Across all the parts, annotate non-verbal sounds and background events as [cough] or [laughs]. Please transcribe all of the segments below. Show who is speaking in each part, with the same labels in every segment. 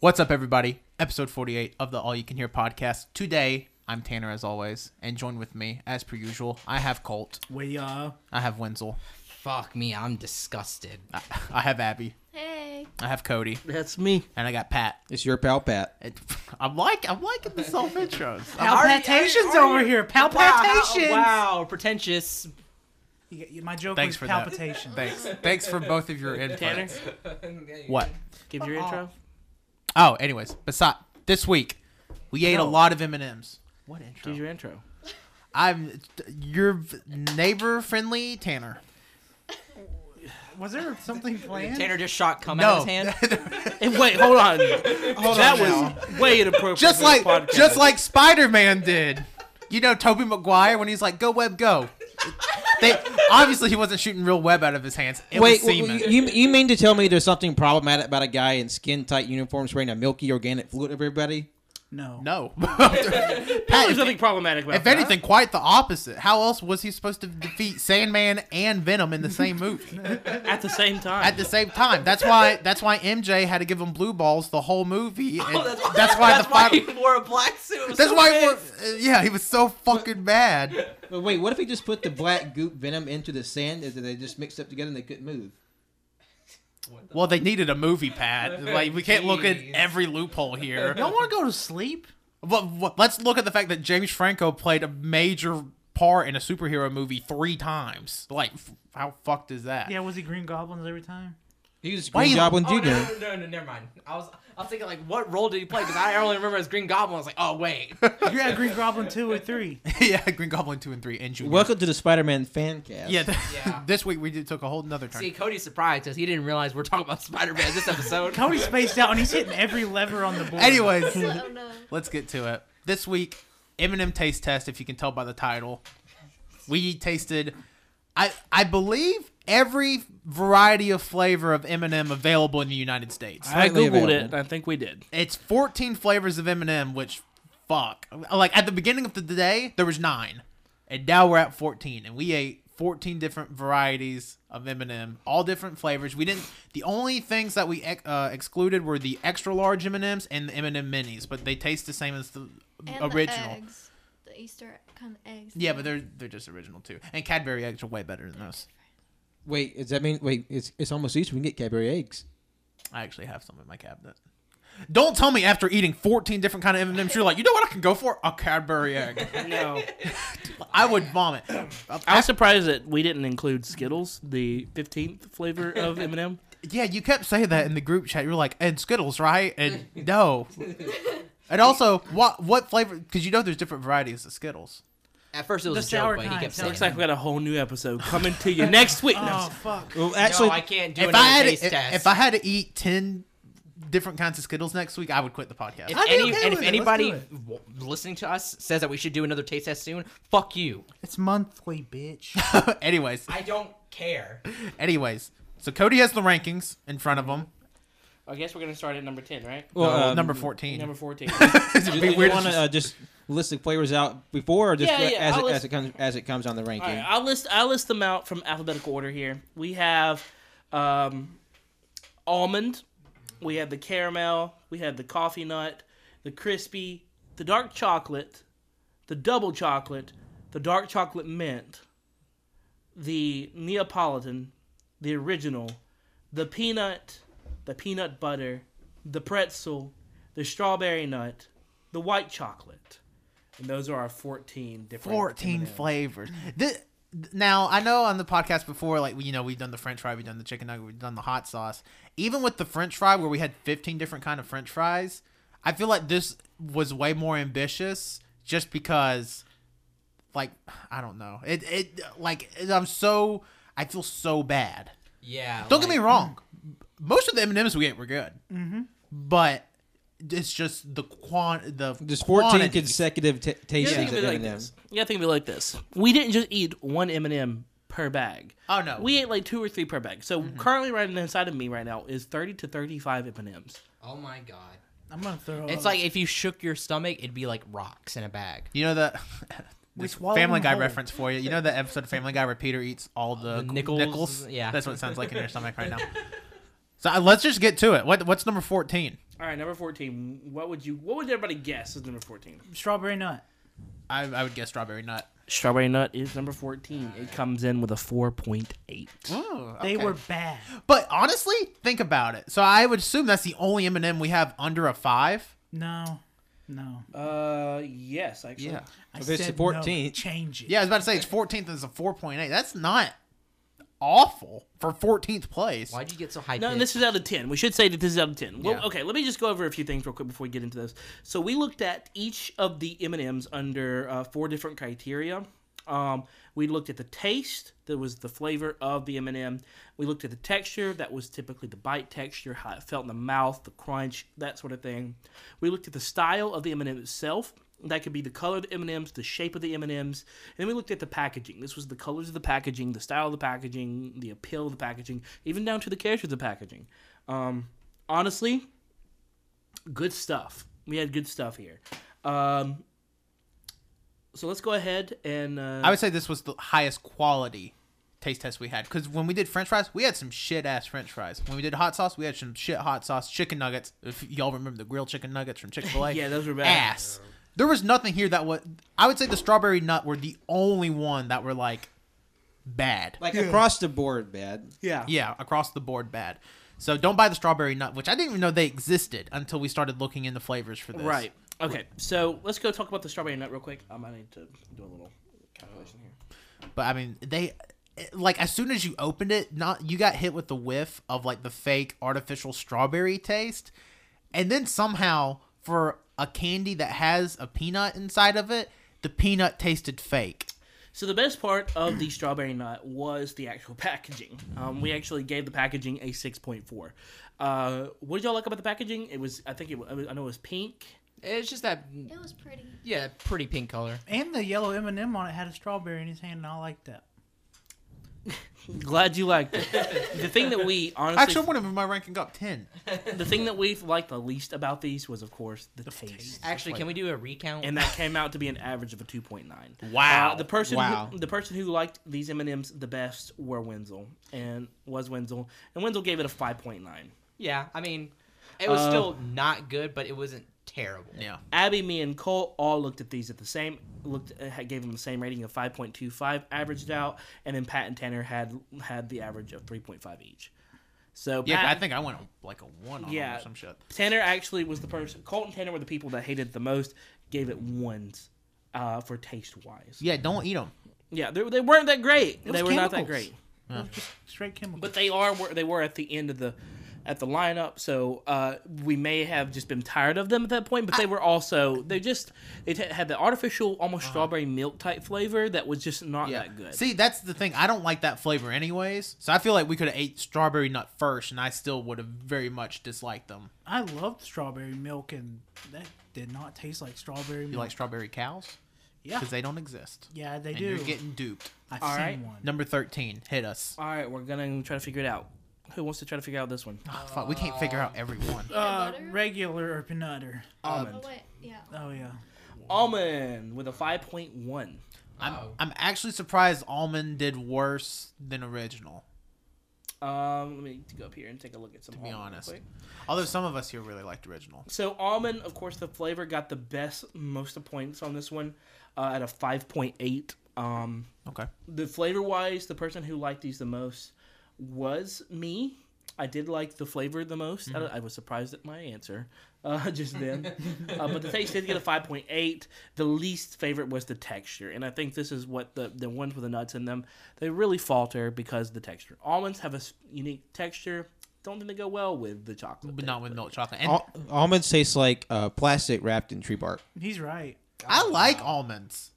Speaker 1: What's up, everybody? Episode 48 of the All You Can Hear podcast. Today, I'm Tanner, as always, and joined with me, as per usual, I have Colt,
Speaker 2: We uh
Speaker 1: I have Wenzel,
Speaker 3: Fuck me, I'm disgusted.
Speaker 1: I, I have Abby, [laughs]
Speaker 4: Hey.
Speaker 1: I have Cody,
Speaker 5: That's me.
Speaker 1: and I got Pat.
Speaker 5: It's your pal Pat.
Speaker 1: It- I'm like, I'm liking the self intros.
Speaker 2: palpitations over here. Palpitations.
Speaker 5: Wow, pretentious.
Speaker 2: You- you- My joke
Speaker 1: Thanks
Speaker 2: was
Speaker 1: for that.
Speaker 2: palpitation.
Speaker 1: Thanks, thanks for both of your inputs.
Speaker 5: Tanner?
Speaker 1: What?
Speaker 5: Give your intro.
Speaker 1: Oh, anyways, besides this week, we ate a
Speaker 5: No.
Speaker 1: lot of M and M's. What
Speaker 5: Give
Speaker 1: intro?
Speaker 5: your intro.
Speaker 1: I'm your neighbor friendly Tanner.
Speaker 2: Was there something planned?
Speaker 3: Tanner just shot cum out
Speaker 1: No,
Speaker 3: of his hand.
Speaker 1: [laughs]
Speaker 5: Hey, wait, hold on. that was way inappropriate.
Speaker 1: just
Speaker 5: for this
Speaker 1: like
Speaker 5: podcast.
Speaker 1: just like Spider-Man did. You know Toby Maguire when he's like, "Go web, go." They obviously he wasn't shooting real web out of his hands. It
Speaker 6: Wait,
Speaker 1: was semen.
Speaker 6: you, you mean to tell me there's something problematic about a guy in skin tight uniform spraying a milky organic fluid over everybody?
Speaker 2: No.
Speaker 1: no, [laughs]
Speaker 5: There's
Speaker 1: Pat, if,
Speaker 5: nothing problematic about
Speaker 1: if
Speaker 5: that.
Speaker 1: anything, quite the opposite. How else was he supposed to defeat Sandman and Venom in the same [laughs] movie
Speaker 5: at the same time.
Speaker 1: at the same time? That's why that's why MJ had to give him blue balls the whole movie. and Oh, that's, why the final.
Speaker 3: he wore a black suit. [laughs]
Speaker 1: that's why, he wa- uh, yeah, he was so fucking mad.
Speaker 6: But wait, what if he just put the black goop venom into the sand and they just mixed up together and they couldn't move?
Speaker 1: Well, they needed a
Speaker 3: [laughs]
Speaker 1: movie, Pat. Like we can't look at
Speaker 3: Jeez.
Speaker 1: every
Speaker 3: [laughs]
Speaker 1: loophole here.
Speaker 2: Y'all want to go to sleep?
Speaker 1: But, but let's look at the fact that James Franco played a major part in a superhero movie three times. Like, f- how fucked is that?
Speaker 2: Yeah. Was he Green Goblins every time?
Speaker 6: He was
Speaker 1: Why
Speaker 6: Green
Speaker 1: you-
Speaker 6: Goblin
Speaker 3: Oh, no,
Speaker 6: Jr.
Speaker 3: no, no, no, never mind. I was, I was thinking like, what role did he play? Because I only remember as Green Goblin. I was like, oh
Speaker 1: [laughs]
Speaker 3: wait.
Speaker 2: You had Green Goblin two or three.
Speaker 1: [laughs] yeah, Green Goblin two and three and Junior.
Speaker 6: Welcome to the Spider-Man fan cast.
Speaker 1: yeah, th-
Speaker 3: Yeah.
Speaker 1: [laughs] this week we did, took a whole nother turn.
Speaker 3: See, Cody surprised because he didn't realize we're talking about Spider-Man this episode.
Speaker 2: Cody spaced out and he's hitting every lever on the
Speaker 1: [laughs]
Speaker 2: board.
Speaker 1: Anyways,
Speaker 4: oh no.
Speaker 1: let's get to it. This week, Eminem taste test. If you can tell by the title, we tasted. I I believe every variety of flavor of M&M available in the United States.
Speaker 5: I
Speaker 6: Slightly
Speaker 5: googled it.
Speaker 6: available.
Speaker 5: and I think we did.
Speaker 1: it's 14 flavors of M&M, which fuck. Like at the beginning of the day, there was 9. And now we're at 14 and we ate 14 different varieties of M&M, all different flavors. We didn't the only things that we ex- uh, excluded were the extra large M&Ms and the M&M minis, but they taste the same as the
Speaker 4: And
Speaker 1: original.
Speaker 4: The, eggs. the Easter kind of eggs.
Speaker 1: yeah, but they're they're just original too. And Cadbury eggs are way better than those.
Speaker 6: Wait, does that mean wait? It's it's almost Easter. We can get Cadbury eggs.
Speaker 1: I actually have some in my cabinet. Don't tell me after eating 14 different kind of M&Ms you're like, "You know what I can go for? A Cadbury egg."
Speaker 5: [laughs] No.
Speaker 1: I would vomit.
Speaker 5: I was surprised that we didn't include Skittles, the 15th flavor [laughs] of M&M.
Speaker 1: Yeah, you kept saying that in the group chat. You're like, and Skittles, right? And
Speaker 3: [laughs]
Speaker 1: no. And also, what what flavor? Because you know there's different varieties of Skittles.
Speaker 3: At first it
Speaker 2: The
Speaker 3: was a joke,
Speaker 2: sour
Speaker 3: but he
Speaker 2: kind
Speaker 3: kept
Speaker 2: sounds
Speaker 3: saying,
Speaker 5: Looks like we got a whole new episode coming to you next week.
Speaker 2: Oh
Speaker 5: No.
Speaker 2: fuck.
Speaker 6: Well,
Speaker 3: actually,
Speaker 6: actually,
Speaker 3: no, I can't do
Speaker 1: If
Speaker 3: another
Speaker 1: I had
Speaker 3: taste
Speaker 1: if,
Speaker 3: test.
Speaker 1: if I had to eat ten different kinds of Skittles next week, I would quit the podcast.
Speaker 3: If
Speaker 1: I'd be
Speaker 3: any, and
Speaker 1: okay with
Speaker 3: if
Speaker 1: it. Let's
Speaker 3: anybody
Speaker 1: do it.
Speaker 3: w- listening to us says that we should do another taste test soon, fuck you.
Speaker 2: It's monthly, bitch.
Speaker 1: [laughs] anyways,
Speaker 3: I don't care.
Speaker 1: anyways, so Cody has the rankings in front of him.
Speaker 5: I guess we're going to start at number 10, right?
Speaker 6: well,
Speaker 1: No, [laughs]
Speaker 6: um,
Speaker 1: number fourteen.
Speaker 5: Number [laughs] 14.
Speaker 1: It'd
Speaker 6: Do,
Speaker 1: be
Speaker 6: do
Speaker 1: weird
Speaker 6: you want
Speaker 1: to
Speaker 6: to uh, just list the flavors out before, or just
Speaker 5: Yeah, yeah,
Speaker 6: as,
Speaker 5: I'll
Speaker 6: it,
Speaker 5: list-
Speaker 6: as it comes as it comes on the ranking?
Speaker 5: All right, I'll list I'll list them out from alphabetical order here. We have um, almond, we have the caramel, we have the coffee nut, the crispy, the dark chocolate, the double chocolate, the dark chocolate mint, the Neapolitan, the original, the peanut, the peanut butter, the pretzel, the strawberry nut, the white chocolate. And those are our 14 different
Speaker 1: 14
Speaker 5: M&Ms.
Speaker 1: flavors. This, now, I know on the podcast before, like, you know, we've done the french fry, we've done the chicken nugget, we've done the hot sauce. Even with the french fry, where we had 15 different kind of french fries, I feel like this was way more ambitious just because, like, I don't know. It, it like, it- I'm so, I feel so bad.
Speaker 3: Yeah.
Speaker 1: Don't
Speaker 3: like-
Speaker 1: get me wrong. Most of the M&Ms we ate were good. Mm-hmm. But it's just the quant, the
Speaker 6: There's 14
Speaker 1: quantity.
Speaker 6: consecutive t-
Speaker 5: You gotta
Speaker 6: tastings
Speaker 5: think of
Speaker 6: of
Speaker 5: it like
Speaker 6: M&M's.
Speaker 5: this. You gotta think of it like this. We didn't just eat one M and M per bag.
Speaker 1: Oh, no. Mm-hmm.
Speaker 5: We ate like two or three per bag. So currently, right inside of me right now is thirty to thirty-five M and M's.
Speaker 3: Oh my god.
Speaker 2: I'm gonna throw.
Speaker 3: It's
Speaker 2: up.
Speaker 3: like if you shook your stomach, it'd be like rocks in a bag.
Speaker 1: You know the
Speaker 2: [laughs] We
Speaker 1: this
Speaker 2: swallowed
Speaker 1: Family
Speaker 2: them
Speaker 1: Guy
Speaker 2: whole.
Speaker 1: reference for you. You know the episode of Family Guy where Peter eats all the,
Speaker 3: The
Speaker 1: g- nickels?
Speaker 3: nickels? Yeah. [laughs]
Speaker 1: that's what it sounds like in your stomach right now. So uh, let's just get to it. What what's number fourteen?
Speaker 5: All right, number fourteen. What would you? What would everybody guess is number fourteen?
Speaker 2: Strawberry nut.
Speaker 1: I, I would guess strawberry nut.
Speaker 5: Strawberry nut is number fourteen. It comes in with a four point eight.
Speaker 1: Ooh,
Speaker 2: They
Speaker 1: okay.
Speaker 2: were bad.
Speaker 1: But honestly, think about it. So I would assume that's the only M&M we have under a five.
Speaker 2: No, no.
Speaker 5: Uh, yes, actually.
Speaker 1: Yeah.
Speaker 2: I
Speaker 6: If it's
Speaker 2: said
Speaker 6: the 14th.
Speaker 2: no, change it.
Speaker 1: Yeah, I was about to say it's 14th and it's a 4.8. That's not awful for 14th place.
Speaker 3: Why'd you get so high?
Speaker 5: No, and this is out of 10. We should say that this is out of 10. Well,
Speaker 1: Yeah.
Speaker 5: okay, let me just go over a few things real quick before we get into those. So we looked at each of the M&Ms under uh, four different criteria. Um, we looked at the taste, that was the flavor of the M&M. We looked at the texture, that was typically the bite texture, how it felt in the mouth, the crunch, that sort of thing. We looked at the style of the M&M itself. That could be the color of the M&Ms, the shape of the M&Ms, and then we looked at the packaging. This was the colors of the packaging, the style of the packaging, the appeal of the packaging, even down to the characters of the packaging. Um, honestly, good stuff. We had good stuff here. Um, so let's go ahead and uh,
Speaker 1: I would say this was the highest quality taste test we had because when we did French fries, we had some shit ass French fries. When we did hot sauce, we had some shit hot sauce chicken nuggets. If y'all remember the grilled chicken nuggets
Speaker 5: [laughs]
Speaker 1: from Chick Fil A,
Speaker 5: yeah, those were bad.
Speaker 1: ass. There was nothing here that was. I would say the strawberry nut were the only one that were like bad.
Speaker 6: Like across the board, bad.
Speaker 5: Yeah,
Speaker 1: Yeah, across the board bad. So don't buy the strawberry nut, which I didn't even know they existed until we started looking into flavors for this.
Speaker 5: right. Okay, so let's go talk about the strawberry nut real quick. Um, I need to do a little calculation here.
Speaker 1: But I mean, they like as soon as you opened it, not you got hit with the whiff of like the fake artificial strawberry taste, and then somehow for a candy that has a peanut inside of it, the peanut tasted fake.
Speaker 5: So the best part of the strawberry nut was the actual [laughs] packaging. Um, we actually gave the packaging a six point four. Uh, what did y'all like about the packaging? It was I think it wa- I know it was pink.
Speaker 3: It's just that
Speaker 4: It was pretty.
Speaker 3: yeah, pretty pink color.
Speaker 2: And the yellow M&M on it had a strawberry in his hand, and I liked that.
Speaker 5: Glad you liked [laughs] it. the thing that we honestly
Speaker 1: Actually, one of them my ranking got ten.
Speaker 5: the thing that we liked the least about these was of course the, taste.
Speaker 3: Actually, can we do a recount?
Speaker 5: And that came out to be an average of a 2.9.
Speaker 1: Wow.
Speaker 5: Uh, the person
Speaker 6: Wow.
Speaker 5: Who, the person who liked these M&Ms the best were Wenzel and was Wenzel and Wenzel gave it a 5.9.
Speaker 3: yeah, I mean, it was
Speaker 5: Uh,
Speaker 3: still not good, but it wasn't terrible.
Speaker 1: Yeah,
Speaker 5: Abby, me, and Cole all looked at these at the same looked uh, gave them the same rating of five point two five, averaged out, and then Pat and Tanner had had the average of three point five each. So
Speaker 1: yeah.
Speaker 5: Pat,
Speaker 1: I think I went like a one on
Speaker 5: Yeah.
Speaker 1: or some shit.
Speaker 5: Tanner actually was the person. Colt and Tanner were the people that hated it the most. Gave it ones uh, for taste wise.
Speaker 1: Yeah, don't eat them.
Speaker 5: Yeah, they, they weren't that great.
Speaker 2: was
Speaker 5: They were not that
Speaker 2: chemicals.
Speaker 5: great,
Speaker 2: It was just straight chemical.
Speaker 5: but they are were- they were at the end of the at the lineup. So uh, we may have just been tired of them at that point. But they were also they just it ha- had the artificial almost strawberry milk type flavor that was just not
Speaker 1: Uh-huh. Yeah.
Speaker 5: that good.
Speaker 1: See, that's the thing. I don't like that flavor, anyways. So I feel like we could have ate strawberry nut first, and I still would have very much disliked them.
Speaker 2: I loved strawberry milk, and that did not taste like strawberry milk.
Speaker 1: You like strawberry cows?
Speaker 2: Mm. yeah,
Speaker 1: Because they don't exist.
Speaker 2: yeah, they
Speaker 1: and
Speaker 2: do.
Speaker 1: you're getting duped.
Speaker 2: I've
Speaker 5: All
Speaker 2: seen
Speaker 5: right.
Speaker 2: one.
Speaker 1: Number 13, hit us.
Speaker 5: All right, we're gonna try to figure it out. Who wants to try to figure out this one?
Speaker 1: Oh, fuck, we can't figure out every one.
Speaker 2: Uh,
Speaker 4: butter?
Speaker 2: regular or peanutter.
Speaker 4: Oh
Speaker 5: Almond.
Speaker 4: wait, yeah.
Speaker 2: Oh yeah.
Speaker 5: Almond with a five point one.
Speaker 1: I'm,
Speaker 3: Oh.
Speaker 1: I'm actually surprised Almond did worse than original.
Speaker 5: Um, let me go up here and take a look at some. To
Speaker 1: be honest. Although some of us here really liked original.
Speaker 5: So almond, of course, the flavor got the best most of points on this one, uh, at a five point eight. Um,
Speaker 1: Okay.
Speaker 5: the flavor wise, the person who liked these the most was me. I did like the flavor the most.
Speaker 1: Mm-hmm.
Speaker 5: I- I, was surprised at my answer uh, [laughs] just then. uh, but the taste did get a 5.8. The least favorite was the texture. And I think this is what the, the ones with the nuts in them, they really falter because of the texture. Almonds have a s- unique texture. Don't think they go well with the chocolate.
Speaker 1: But not with milk chocolate. And
Speaker 6: Al- almonds taste like uh, plastic wrapped in tree bark.
Speaker 2: He's right.
Speaker 1: I like almonds.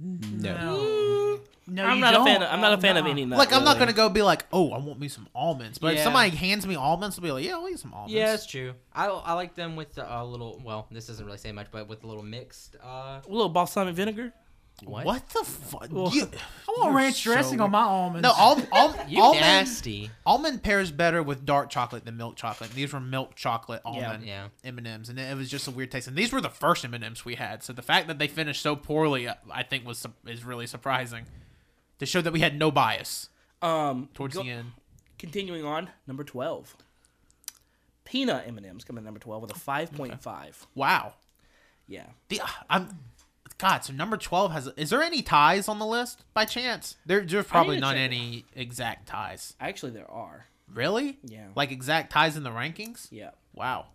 Speaker 6: No.
Speaker 2: No. No,
Speaker 5: Mm. I'm
Speaker 2: you
Speaker 5: not a fan.
Speaker 2: don't.
Speaker 5: Of, I'm not a fan of
Speaker 2: Nah.
Speaker 5: any
Speaker 1: Oh,
Speaker 5: nut.
Speaker 1: Like, I'm not
Speaker 5: really.
Speaker 1: going to go be like, oh, I want me some almonds. But if
Speaker 3: Yeah.
Speaker 1: somebody hands me almonds, I'll be like, yeah, I'll eat some almonds.
Speaker 3: Yeah, it's true. I, I like them with
Speaker 7: uh,
Speaker 3: a little. Well, this doesn't really say much, but with a little mixed. Uh,
Speaker 5: A little balsamic vinegar.
Speaker 1: What,
Speaker 3: what?
Speaker 1: the fuck?
Speaker 5: Well,
Speaker 2: I want ranch dressing on my almonds.
Speaker 1: No, al- al-
Speaker 3: You
Speaker 1: almond,
Speaker 3: nasty.
Speaker 1: almond pairs better with dark chocolate than milk chocolate. These were milk chocolate almond
Speaker 3: Yeah.
Speaker 1: M and M's, and it was just a weird taste. And these were the first M and M's we had, so the fact that they finished so poorly, uh, I think, was su- is really surprising. To show that we had no bias
Speaker 5: Um,
Speaker 1: towards
Speaker 5: go-
Speaker 1: the end.
Speaker 5: Continuing on, number 12. peanut M and M's come in number twelve with a five point five.
Speaker 1: Wow.
Speaker 5: Yeah,
Speaker 1: The uh, I'm God. So number twelve has. Is there any ties on the list by chance? There, there's probably
Speaker 5: to
Speaker 1: not
Speaker 5: check.
Speaker 1: any exact ties.
Speaker 5: actually there are.
Speaker 1: Really?
Speaker 5: Yeah.
Speaker 1: Like exact ties in the rankings?
Speaker 5: Yeah,
Speaker 1: Wow.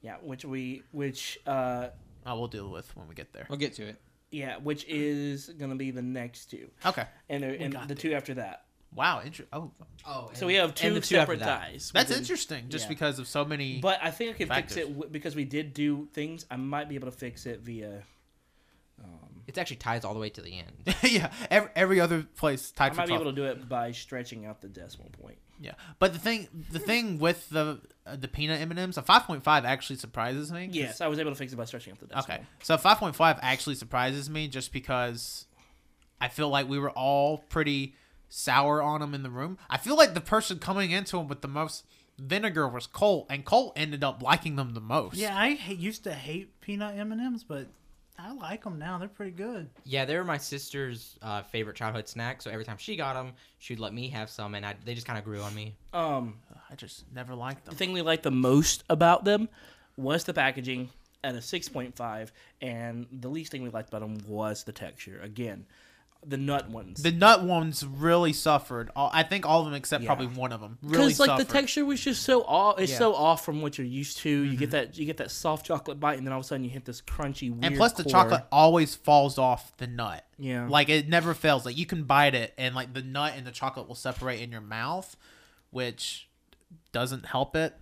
Speaker 5: yeah, which we which uh
Speaker 1: Oh, we'll deal with when we get there.
Speaker 6: We'll get to it.
Speaker 5: yeah which is gonna be the next two
Speaker 1: Okay.
Speaker 5: and the, and
Speaker 2: got
Speaker 5: the two after that.
Speaker 1: Wow. Inter- oh,
Speaker 3: Oh,
Speaker 5: So we have two,
Speaker 6: the two after
Speaker 5: separate
Speaker 6: that.
Speaker 5: ties.
Speaker 1: that's
Speaker 5: within-
Speaker 1: interesting. Just
Speaker 5: yeah.
Speaker 1: because of so many.
Speaker 5: But I think I could fix
Speaker 1: Factors.
Speaker 5: it w- because we did do things. I might be able to fix it via.
Speaker 7: It's actually ties all the way to the end.
Speaker 1: [laughs]
Speaker 7: [laughs]
Speaker 1: yeah. Every, every other place
Speaker 5: I
Speaker 1: tied for
Speaker 5: might be
Speaker 1: 12.
Speaker 5: able to do it by stretching out the decimal point.
Speaker 1: Yeah, but the thing, the thing with the uh, the peanut M and M's, a five point five actually surprises me. 'cause-
Speaker 5: Yes, I was able to fix it by stretching out the decimal.
Speaker 1: Okay, so five point five actually surprises me just because I feel like we were all pretty sour on him in the room. I feel like the person coming into him with the most vinegar was Colt, and Colt ended up liking them the most.
Speaker 2: Yeah, I ha- used to hate peanut M and M's, but I like them now. They're pretty good.
Speaker 7: yeah, they were my sister's uh, favorite childhood snack. So every time she got them, she'd let me have some, and I, they just kind of grew on me.
Speaker 5: Um,
Speaker 1: I just never liked them.
Speaker 5: the thing we liked the most about them was the packaging at a 6.5, and the least thing we liked about them was the texture. Again, the nut ones.
Speaker 1: The nut ones really suffered. All, I think all of them except probably one of them really
Speaker 5: because like
Speaker 1: suffered.
Speaker 5: the texture was just so off, it's
Speaker 1: Yeah. Mm-hmm.
Speaker 5: so off from what you're used to. You get that, you get that soft chocolate bite, and then all of a sudden you hit this crunchy. Weird
Speaker 1: and plus the
Speaker 5: core.
Speaker 1: chocolate always falls off the nut.
Speaker 5: Yeah.
Speaker 1: Like it never fails. Like you can bite it and like the nut and the chocolate will separate in your mouth, which doesn't help it.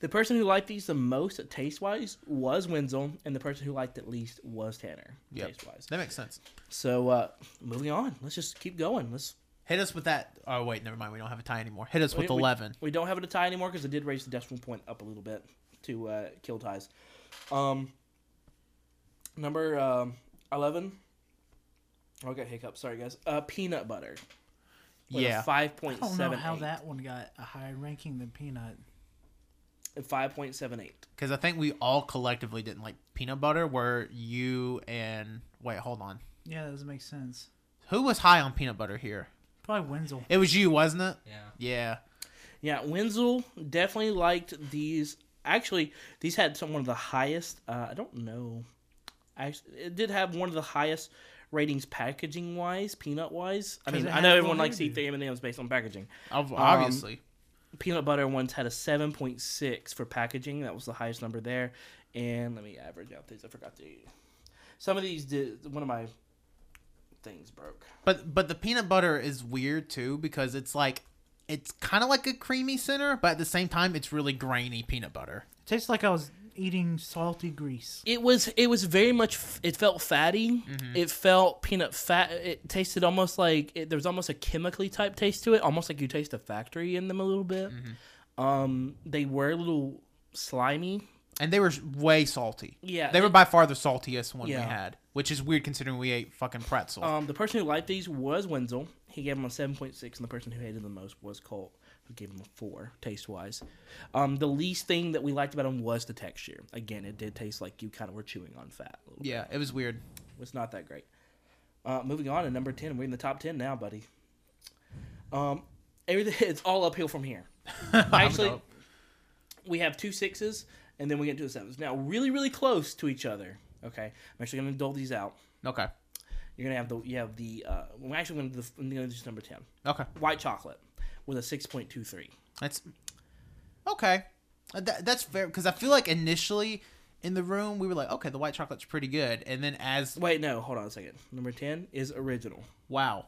Speaker 5: The person who liked these the most taste wise was Wenzel, and the person who liked it least was Tanner
Speaker 1: Yep.
Speaker 5: taste wise.
Speaker 1: That makes sense.
Speaker 5: So uh, moving on, let's just keep going. Let's
Speaker 1: Hit us with that. Oh wait, never mind. We don't have a tie anymore. Hit us with
Speaker 5: we- we-
Speaker 1: eleven.
Speaker 5: We, don't have it a tie anymore because it did raise the decimal point up a little bit to uh, kill ties. Um, number um, eleven. Oh, I got hiccups. Sorry guys. Uh, peanut butter.
Speaker 1: Yeah.
Speaker 5: Five
Speaker 2: I
Speaker 5: point
Speaker 2: don't know
Speaker 5: seven.
Speaker 2: how that one got a higher ranking than peanut.
Speaker 5: Five point seven eight.
Speaker 1: Because I think we all collectively didn't like peanut butter. Where you and wait, hold on.
Speaker 2: Yeah, that doesn't make sense.
Speaker 1: Who was high on peanut butter here?
Speaker 2: Probably Wenzel.
Speaker 1: It was you, wasn't it?
Speaker 7: Yeah.
Speaker 1: Yeah.
Speaker 5: Yeah, Wenzel definitely liked these. Actually, these had some one of the highest. Uh, I don't know. Actually, it did have one of the highest ratings packaging wise, peanut wise. I
Speaker 2: 'Cause
Speaker 5: mean,
Speaker 2: it
Speaker 5: I
Speaker 2: had
Speaker 5: know
Speaker 2: the
Speaker 5: everyone
Speaker 2: little
Speaker 5: likes to eat
Speaker 2: hairdo.
Speaker 5: the M and M's based on packaging.
Speaker 1: Ob- Obviously.
Speaker 5: Peanut butter ones had a seven point six for packaging. That was the highest number there. And let me average out these. I forgot to. Some of these did. One of my things broke.
Speaker 1: But but the peanut butter is weird too because it's like it's kind of like a creamy center, but at the same time it's really grainy peanut butter.
Speaker 2: tastes like I was eating salty grease.
Speaker 5: it was it was very much f- it felt fatty it felt peanut fat it tasted almost like it, there was almost a chemically type taste to it almost like you taste a factory in them a little bit um they were a little slimy
Speaker 1: And they were way salty.
Speaker 5: Yeah,
Speaker 1: They were
Speaker 5: it-
Speaker 1: by far the saltiest one
Speaker 5: Yeah.
Speaker 1: we had, which is weird considering we ate fucking pretzel.
Speaker 5: um the person who liked these was wenzel he gave them a 7.6 and the person who hated them most was colt who gave him a 4 taste wise um the least thing that we liked about them was the texture again it did taste like you kind of were chewing on fat a little
Speaker 1: yeah, it was weird.
Speaker 5: was not that great. Uh, moving on to number ten, we're in the top ten now, buddy. Um, everything [laughs] it's all uphill from here. Actually,
Speaker 1: up.
Speaker 5: we have two sixes, and then we get to the sevens. Now, really, really close to each other. Okay, I'm actually going to dole these out.
Speaker 1: Okay.
Speaker 5: You're going to have the you have the uh, we're actually going to the I'm gonna do just number ten,
Speaker 1: Okay.
Speaker 5: white chocolate with a six point two three.
Speaker 1: That's okay. Uh, That, that's fair because I feel like initially in the room we were like, okay, the white chocolate's pretty good, and then as
Speaker 5: Wait, no, hold on a second. Number ten is original.
Speaker 1: wow,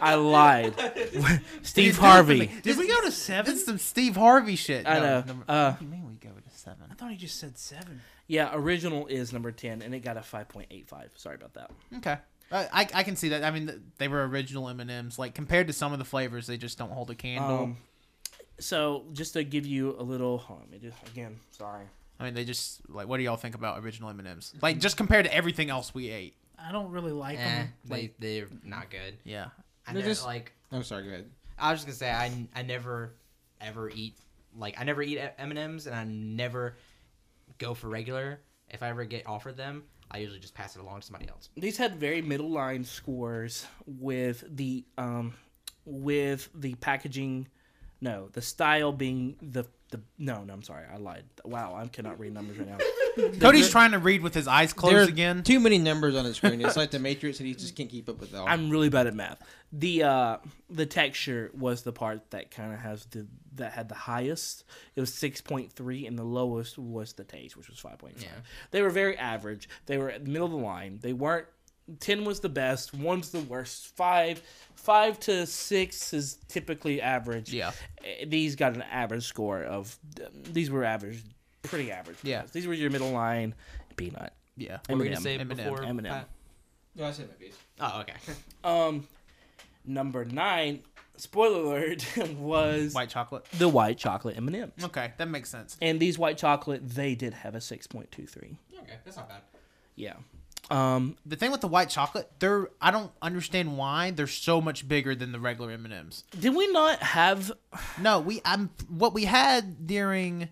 Speaker 5: I lied. Steve
Speaker 1: You're doing it for
Speaker 5: Harvey.
Speaker 1: me.
Speaker 2: Did we go to
Speaker 1: This
Speaker 2: seven?
Speaker 1: is some Steve Harvey shit.
Speaker 5: I
Speaker 1: No,
Speaker 5: know.
Speaker 1: number-
Speaker 5: Uh,
Speaker 1: what do you mean we go to seven?
Speaker 2: I thought he just said seven.
Speaker 5: Yeah, original is number 10, and it got a 5.85. Sorry about that.
Speaker 1: Okay. I, I I can see that. I mean, th- they were original M and M's. Like compared to some of the flavors, they just don't hold a candle.
Speaker 5: Um, so, just to give you a little. Hold on, let me do, again, sorry.
Speaker 1: I mean, they just like. What do y'all think about original M and M's? Like just compared to everything else we ate.
Speaker 2: I don't really like
Speaker 7: Eh,
Speaker 2: them.
Speaker 7: they they're not good.
Speaker 1: Yeah.
Speaker 7: I
Speaker 6: They're
Speaker 7: never,
Speaker 6: just-
Speaker 7: like
Speaker 6: I'm sorry. Go ahead.
Speaker 7: I was just gonna say I, I never ever eat like I never eat M and M's and I never go for regular. If I ever get offered them, I usually just pass it along to somebody else.
Speaker 5: These had very middle line scores with the um, with the packaging No, the style being the the no no I'm sorry I lied. Wow, I cannot read numbers right now.
Speaker 1: Cody's trying to read with his eyes closed
Speaker 6: There are
Speaker 1: again.
Speaker 6: Too many numbers on the screen. It's like the Matrix, and he just can't keep up with it all.
Speaker 5: I'm really bad at math. The uh the texture was the part that kind of has the that had the highest. It was 6.3 and the lowest was the taste, which was 5.5.
Speaker 7: Yeah.
Speaker 5: They were very average. They were at the middle of the line. They weren't 10 was the best, 1's the worst. 5 5 to 6 is typically average.
Speaker 7: Yeah.
Speaker 5: Eh, These got an average score of these were average, pretty average.
Speaker 1: Yeah.
Speaker 5: These were your middle line peanut.
Speaker 1: Yeah.
Speaker 7: What were you gonna
Speaker 5: Eminem.
Speaker 7: say
Speaker 1: Eminem.
Speaker 7: before?
Speaker 5: Eminem.
Speaker 7: Pat?
Speaker 6: No, I said my piece.
Speaker 7: Oh, [laughs] okay.
Speaker 5: Um, number nine, spoiler alert, [laughs] was
Speaker 1: White chocolate.
Speaker 5: the white chocolate M and M's.
Speaker 1: Okay, that makes sense.
Speaker 5: And these white chocolate, they did have a six point two three.
Speaker 7: okay, that's not bad.
Speaker 5: Yeah. Um,
Speaker 1: The thing with the white chocolate, they're I don't understand why they're so much bigger than the regular M and M's.
Speaker 5: did we not have?
Speaker 1: No, we I'm what we had during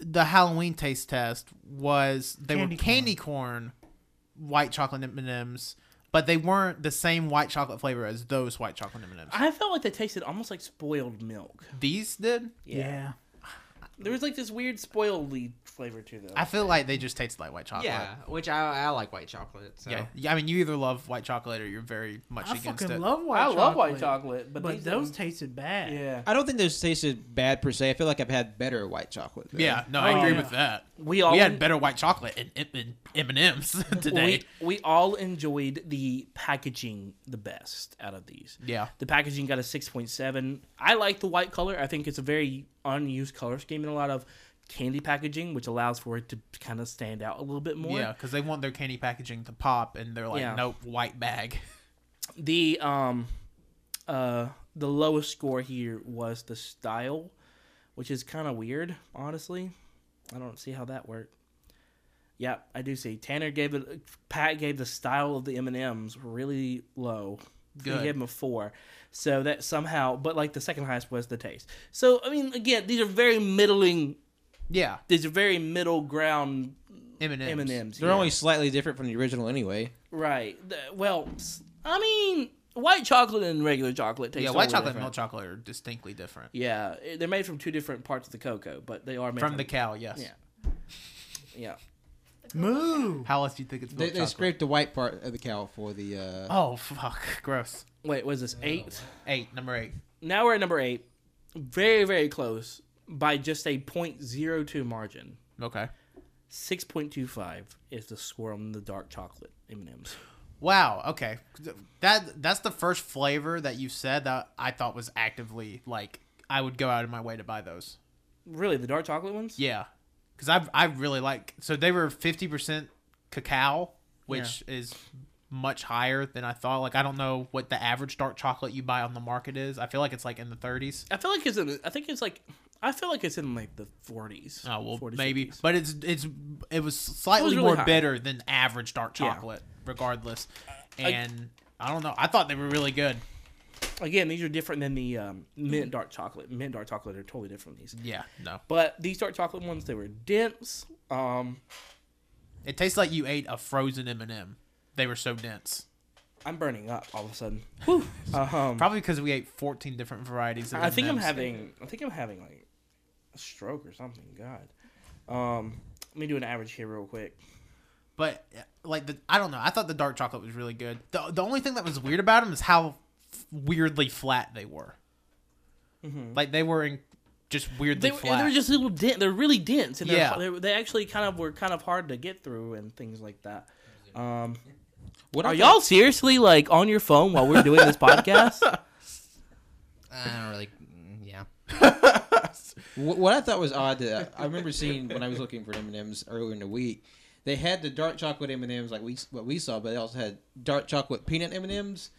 Speaker 1: the Halloween taste test was they
Speaker 2: Candy
Speaker 1: were candy corn, white chocolate M and M's, but they weren't the same white chocolate flavor as those white chocolate M and M's.
Speaker 5: I felt like they tasted almost like spoiled milk.
Speaker 1: These did.
Speaker 2: Yeah.
Speaker 5: There was like this weird spoiledly flavor to them.
Speaker 1: I feel like they just tasted like white chocolate.
Speaker 7: Yeah, which I, I like white chocolate. So.
Speaker 1: Yeah. yeah. I mean, you either love white chocolate or you're very much
Speaker 2: I
Speaker 1: against
Speaker 2: fucking
Speaker 1: it.
Speaker 2: love white
Speaker 5: I
Speaker 2: chocolate.
Speaker 5: love white chocolate, but,
Speaker 2: But
Speaker 5: these
Speaker 2: those
Speaker 5: didn't-
Speaker 2: tasted bad.
Speaker 5: yeah,
Speaker 6: I don't think those tasted bad per se. I feel like I've had better white chocolate. though.
Speaker 1: yeah. No, I
Speaker 2: Oh,
Speaker 1: agree
Speaker 2: yeah.
Speaker 1: with that.
Speaker 5: we all
Speaker 1: we had better white chocolate and M and M's [laughs] today.
Speaker 5: [laughs] We, we all enjoyed the packaging the best out of these.
Speaker 1: Yeah.
Speaker 5: The packaging got a 6.7. I like the white color. I think it's a very unused color scheme in a lot of candy packaging, which allows for it to kind of stand out a little bit more.
Speaker 1: Yeah, because they want their candy packaging to pop, and they're like,
Speaker 5: Yeah.
Speaker 1: nope, white bag. [laughs]
Speaker 5: The um uh the lowest score here was the style, which is kind of weird, honestly. I don't see how that worked. Yeah, I do see. Tanner gave it. Pat gave the style of the M and M's really low.
Speaker 1: Good.
Speaker 5: He gave him a four, so that somehow. But like the second highest was the taste. So I mean, again, these are very middling.
Speaker 1: Yeah,
Speaker 5: These are very middle ground
Speaker 1: M and M's.
Speaker 5: M and M's.
Speaker 6: They're only slightly different from the original anyway.
Speaker 5: right. The- Well, s- I mean, white chocolate and regular chocolate taste.
Speaker 1: Yeah, white
Speaker 5: totally
Speaker 1: chocolate and
Speaker 5: different.
Speaker 1: milk chocolate are distinctly different
Speaker 5: Yeah, eh, they're made from two different parts of the cocoa, but they are made
Speaker 1: from the cow. Yes.
Speaker 5: Yeah. yeah.
Speaker 2: Moo.
Speaker 1: How else do you think it's
Speaker 6: They,
Speaker 1: milk
Speaker 6: they
Speaker 1: chocolate?
Speaker 6: scraped the white part of the cow for the. Uh,
Speaker 1: Oh fuck, gross.
Speaker 5: Wait, was
Speaker 1: Oh.
Speaker 5: this eight?
Speaker 1: Eight, number eight.
Speaker 5: now we're at number eight. Very, very close by just a 0.02 margin.
Speaker 1: Okay.
Speaker 5: 6.25 is the score on the dark chocolate M&Ms.
Speaker 1: Wow. Okay. That that's the first flavor that you said that I thought was actively like I would go out of my way to buy those.
Speaker 5: Really, the dark chocolate ones?
Speaker 1: Yeah, because I I really like so they were fifty percent cacao, which is much higher than I thought. Like I don't know what the average dark chocolate you buy on the market is. I feel like it's like in the thirties.
Speaker 5: I feel like it's in. I think it's like. I feel like it's in like the 40s.
Speaker 1: Oh well,
Speaker 5: 40s,
Speaker 1: maybe,
Speaker 5: 50s.
Speaker 1: but it's it's it was slightly
Speaker 5: really
Speaker 1: more
Speaker 5: high.
Speaker 1: bitter than average dark
Speaker 5: Yeah.
Speaker 1: chocolate, regardless. And I, don't know. I thought they were really good.
Speaker 5: Again, these are different than the um, mint dark chocolate. Mint dark chocolate are totally different from these.
Speaker 1: Yeah, no,
Speaker 5: But these dark chocolate ones, they were dense. Um,
Speaker 1: it tastes like you ate a frozen M and m They were so dense.
Speaker 5: I'm burning up all of a sudden. [laughs] Whew. Um,
Speaker 1: Probably because we ate fourteen different varieties. of
Speaker 5: I think I'm
Speaker 1: M&Ms.
Speaker 5: having. I think I'm having like a stroke or something. God. Um, let me do an average here real quick.
Speaker 1: But uh, like the, I don't know. I thought the dark chocolate was really good. The the only thing that was weird about them is how f- weirdly flat they were. Like they were in just weirdly
Speaker 5: Mm-hmm. They, were-
Speaker 1: flat.
Speaker 5: they were just little dent. They're really dense, and
Speaker 1: Yeah.
Speaker 5: yeah. they, they actually kind of were kind of hard to get through and things like that. Um,
Speaker 6: what
Speaker 5: are
Speaker 6: I
Speaker 5: y'all seriously like on your phone while we're doing this podcast?
Speaker 7: I don't really. mm, Yeah.
Speaker 6: thought- wh- What I thought was odd. That I remember seeing when I was looking for M and M's earlier in the week. They had the dark chocolate M and M's like we s- what we saw, but they also had dark chocolate peanut M and M's.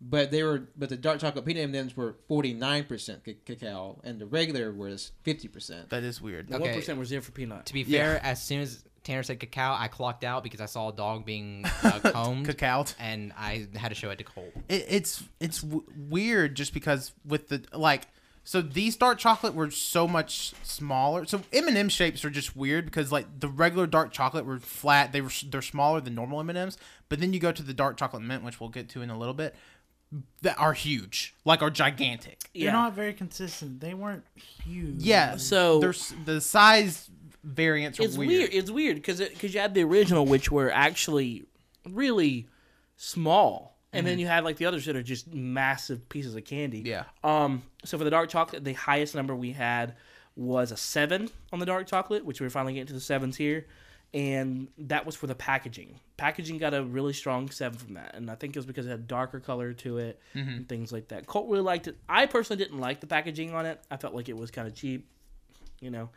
Speaker 6: But they were but the dark chocolate peanut M and M's were forty nine percent cacao, and the regular was fifty percent.
Speaker 1: that is weird.
Speaker 5: One
Speaker 7: Okay.
Speaker 5: was there for peanut.
Speaker 7: To be
Speaker 1: Yeah.
Speaker 7: fair, as soon as Tanner said cacao, I clocked out because I saw a dog being uh, combed,
Speaker 1: Cacao.
Speaker 7: and I had to show it to Cole.
Speaker 1: It, it's it's w- weird just because with the like so these dark chocolate were so much smaller. So M and M shapes are just weird because like the regular dark chocolate were flat. They were s- they're smaller than normal M and M's. But then you go to the dark chocolate mint, which we'll get to in a little bit. that are huge, like are gigantic.
Speaker 2: They're not very consistent. They weren't huge.
Speaker 1: Yeah.
Speaker 5: So-
Speaker 1: there's the size variants are
Speaker 5: it's weird. It's weird because because you had the original, which were actually really small, and then you had like the others that are just massive pieces of candy.
Speaker 1: Yeah.
Speaker 5: Um. So for the dark chocolate, the highest number we had was a seven on the dark chocolate, which we're finally getting to the sevens here, and that was for the packaging. Packaging got a really strong seven from that, and I think it was because it had darker color to it and things like that. Colt really liked it. I personally didn't like the packaging on it. I felt like it was kind of cheap. You know.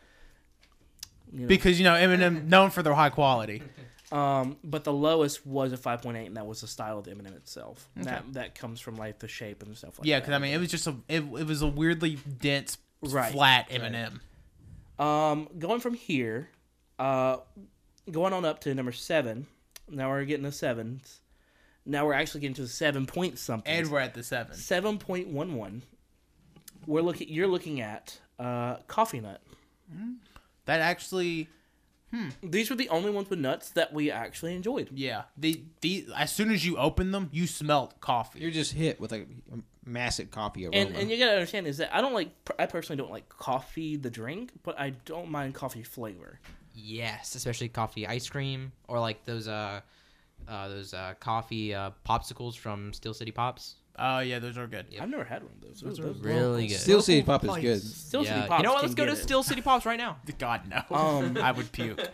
Speaker 5: You know.
Speaker 1: because you know Eminem known for their high quality.
Speaker 5: Um, but the lowest was a 5.8, and that was the style of the M&M itself. That that comes from like the shape and stuff like
Speaker 1: Yeah,
Speaker 5: that.
Speaker 1: because I mean it was just a it, it was a weirdly dense,
Speaker 5: Right.
Speaker 1: flat Eminem.
Speaker 5: Um, going from here, uh, going on up to number seven. Now we're getting the sevens. Now we're actually getting to the seven point something.
Speaker 1: And we're at the seven.
Speaker 5: seven point one one. We're looking. You're looking at uh, coffee nut.
Speaker 1: That actually,
Speaker 5: These were the only ones with nuts that we actually enjoyed.
Speaker 1: yeah. The the as soon as you open them, you smelt coffee.
Speaker 6: You're just hit with like a massive coffee aroma.
Speaker 5: And, and you gotta understand is that I don't like I personally don't like coffee the drink, but I don't mind coffee flavor.
Speaker 7: Yes, especially coffee ice cream or like those uh, uh those uh coffee uh popsicles from Steel City Pops.
Speaker 1: Oh yeah, those are good.
Speaker 7: Yeah.
Speaker 5: I've never had one of those. Those,
Speaker 2: Those
Speaker 5: those
Speaker 2: are
Speaker 7: Really good.
Speaker 6: Steel City Pop
Speaker 2: Local
Speaker 6: is good.
Speaker 2: place.
Speaker 5: Still
Speaker 7: Yeah.
Speaker 5: City Pops.
Speaker 7: You know what? Let's
Speaker 5: can
Speaker 7: go to
Speaker 5: get it.
Speaker 7: Steel City Pops right now.
Speaker 1: [laughs] God no,
Speaker 5: Um,
Speaker 1: [laughs] I would puke.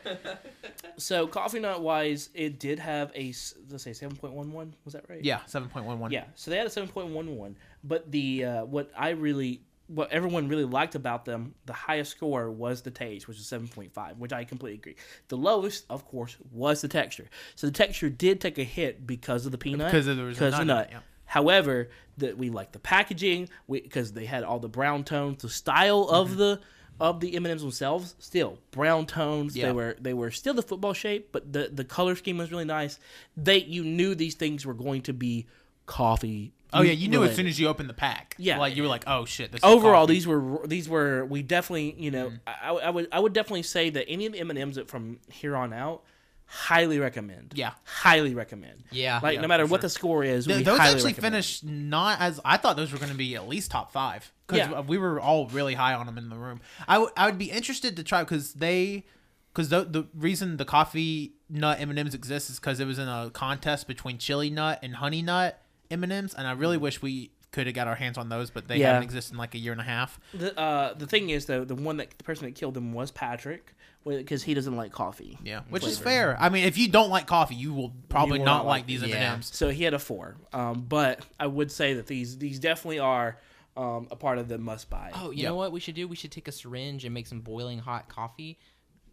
Speaker 5: So coffee nut wise, it did have a s- let's say seven point one one. Was that right?
Speaker 1: Yeah, seven point one one.
Speaker 5: Yeah. So they had a seven point one one, but the uh, what I really what everyone really liked about them, the highest score was the taste, which is seven point five, which I completely agree. The lowest, of course, was the texture. So the texture did take a hit because of the peanut,
Speaker 1: Because of- there was a
Speaker 5: because of the
Speaker 1: nut in
Speaker 5: nut.
Speaker 1: it, yeah.
Speaker 5: However, that we liked the packaging because they had all the brown tones, the style
Speaker 1: Mm-hmm.
Speaker 5: of the of the M and M's themselves. Still brown tones. They
Speaker 1: Yeah.
Speaker 5: were they were still the football shape, but the the color scheme was really nice. They you knew these things were going to be coffee.
Speaker 1: Oh yeah, you knew as
Speaker 5: related.
Speaker 1: soon as you opened the pack.
Speaker 5: Yeah.
Speaker 1: like you were like, oh shit. This is
Speaker 5: Overall,
Speaker 1: coffee. Mm-hmm.
Speaker 5: these were these were we definitely you know I, I would I would definitely say that any of the M and M's from here on out highly recommend.
Speaker 1: Yeah.
Speaker 5: highly recommend.
Speaker 7: Yeah,
Speaker 5: like
Speaker 1: yeah,
Speaker 5: no matter
Speaker 1: for
Speaker 5: what
Speaker 1: sure.
Speaker 5: the score is,
Speaker 1: Th-
Speaker 5: we
Speaker 1: those
Speaker 5: highly
Speaker 1: actually
Speaker 5: recommend.
Speaker 1: finished not as I thought those were going to be at least top five because
Speaker 5: Yeah.
Speaker 1: we were all really high on them in the room. I would I would be interested to try because they because the, the reason the coffee nut M and M's exists is because it was in a contest between chili nut and honey nut M and M's, and I really wish we could have got our hands on those, but they
Speaker 5: Yeah.
Speaker 1: haven't existed in like a year and a half.
Speaker 5: The uh, the thing is though, the one that the person that killed him was Patrick, because he doesn't like coffee.
Speaker 1: Yeah, which is fair. I mean, if you don't like coffee, you will probably
Speaker 5: will
Speaker 1: not
Speaker 5: not
Speaker 1: like,
Speaker 5: like-
Speaker 1: these M
Speaker 7: yeah.
Speaker 1: and M's.
Speaker 5: So he had a four. Um, but I would say that these these definitely are um, a part of the must buy.
Speaker 7: Oh, you
Speaker 1: Yeah.
Speaker 7: know what we should do? We should take a syringe and make some boiling hot coffee,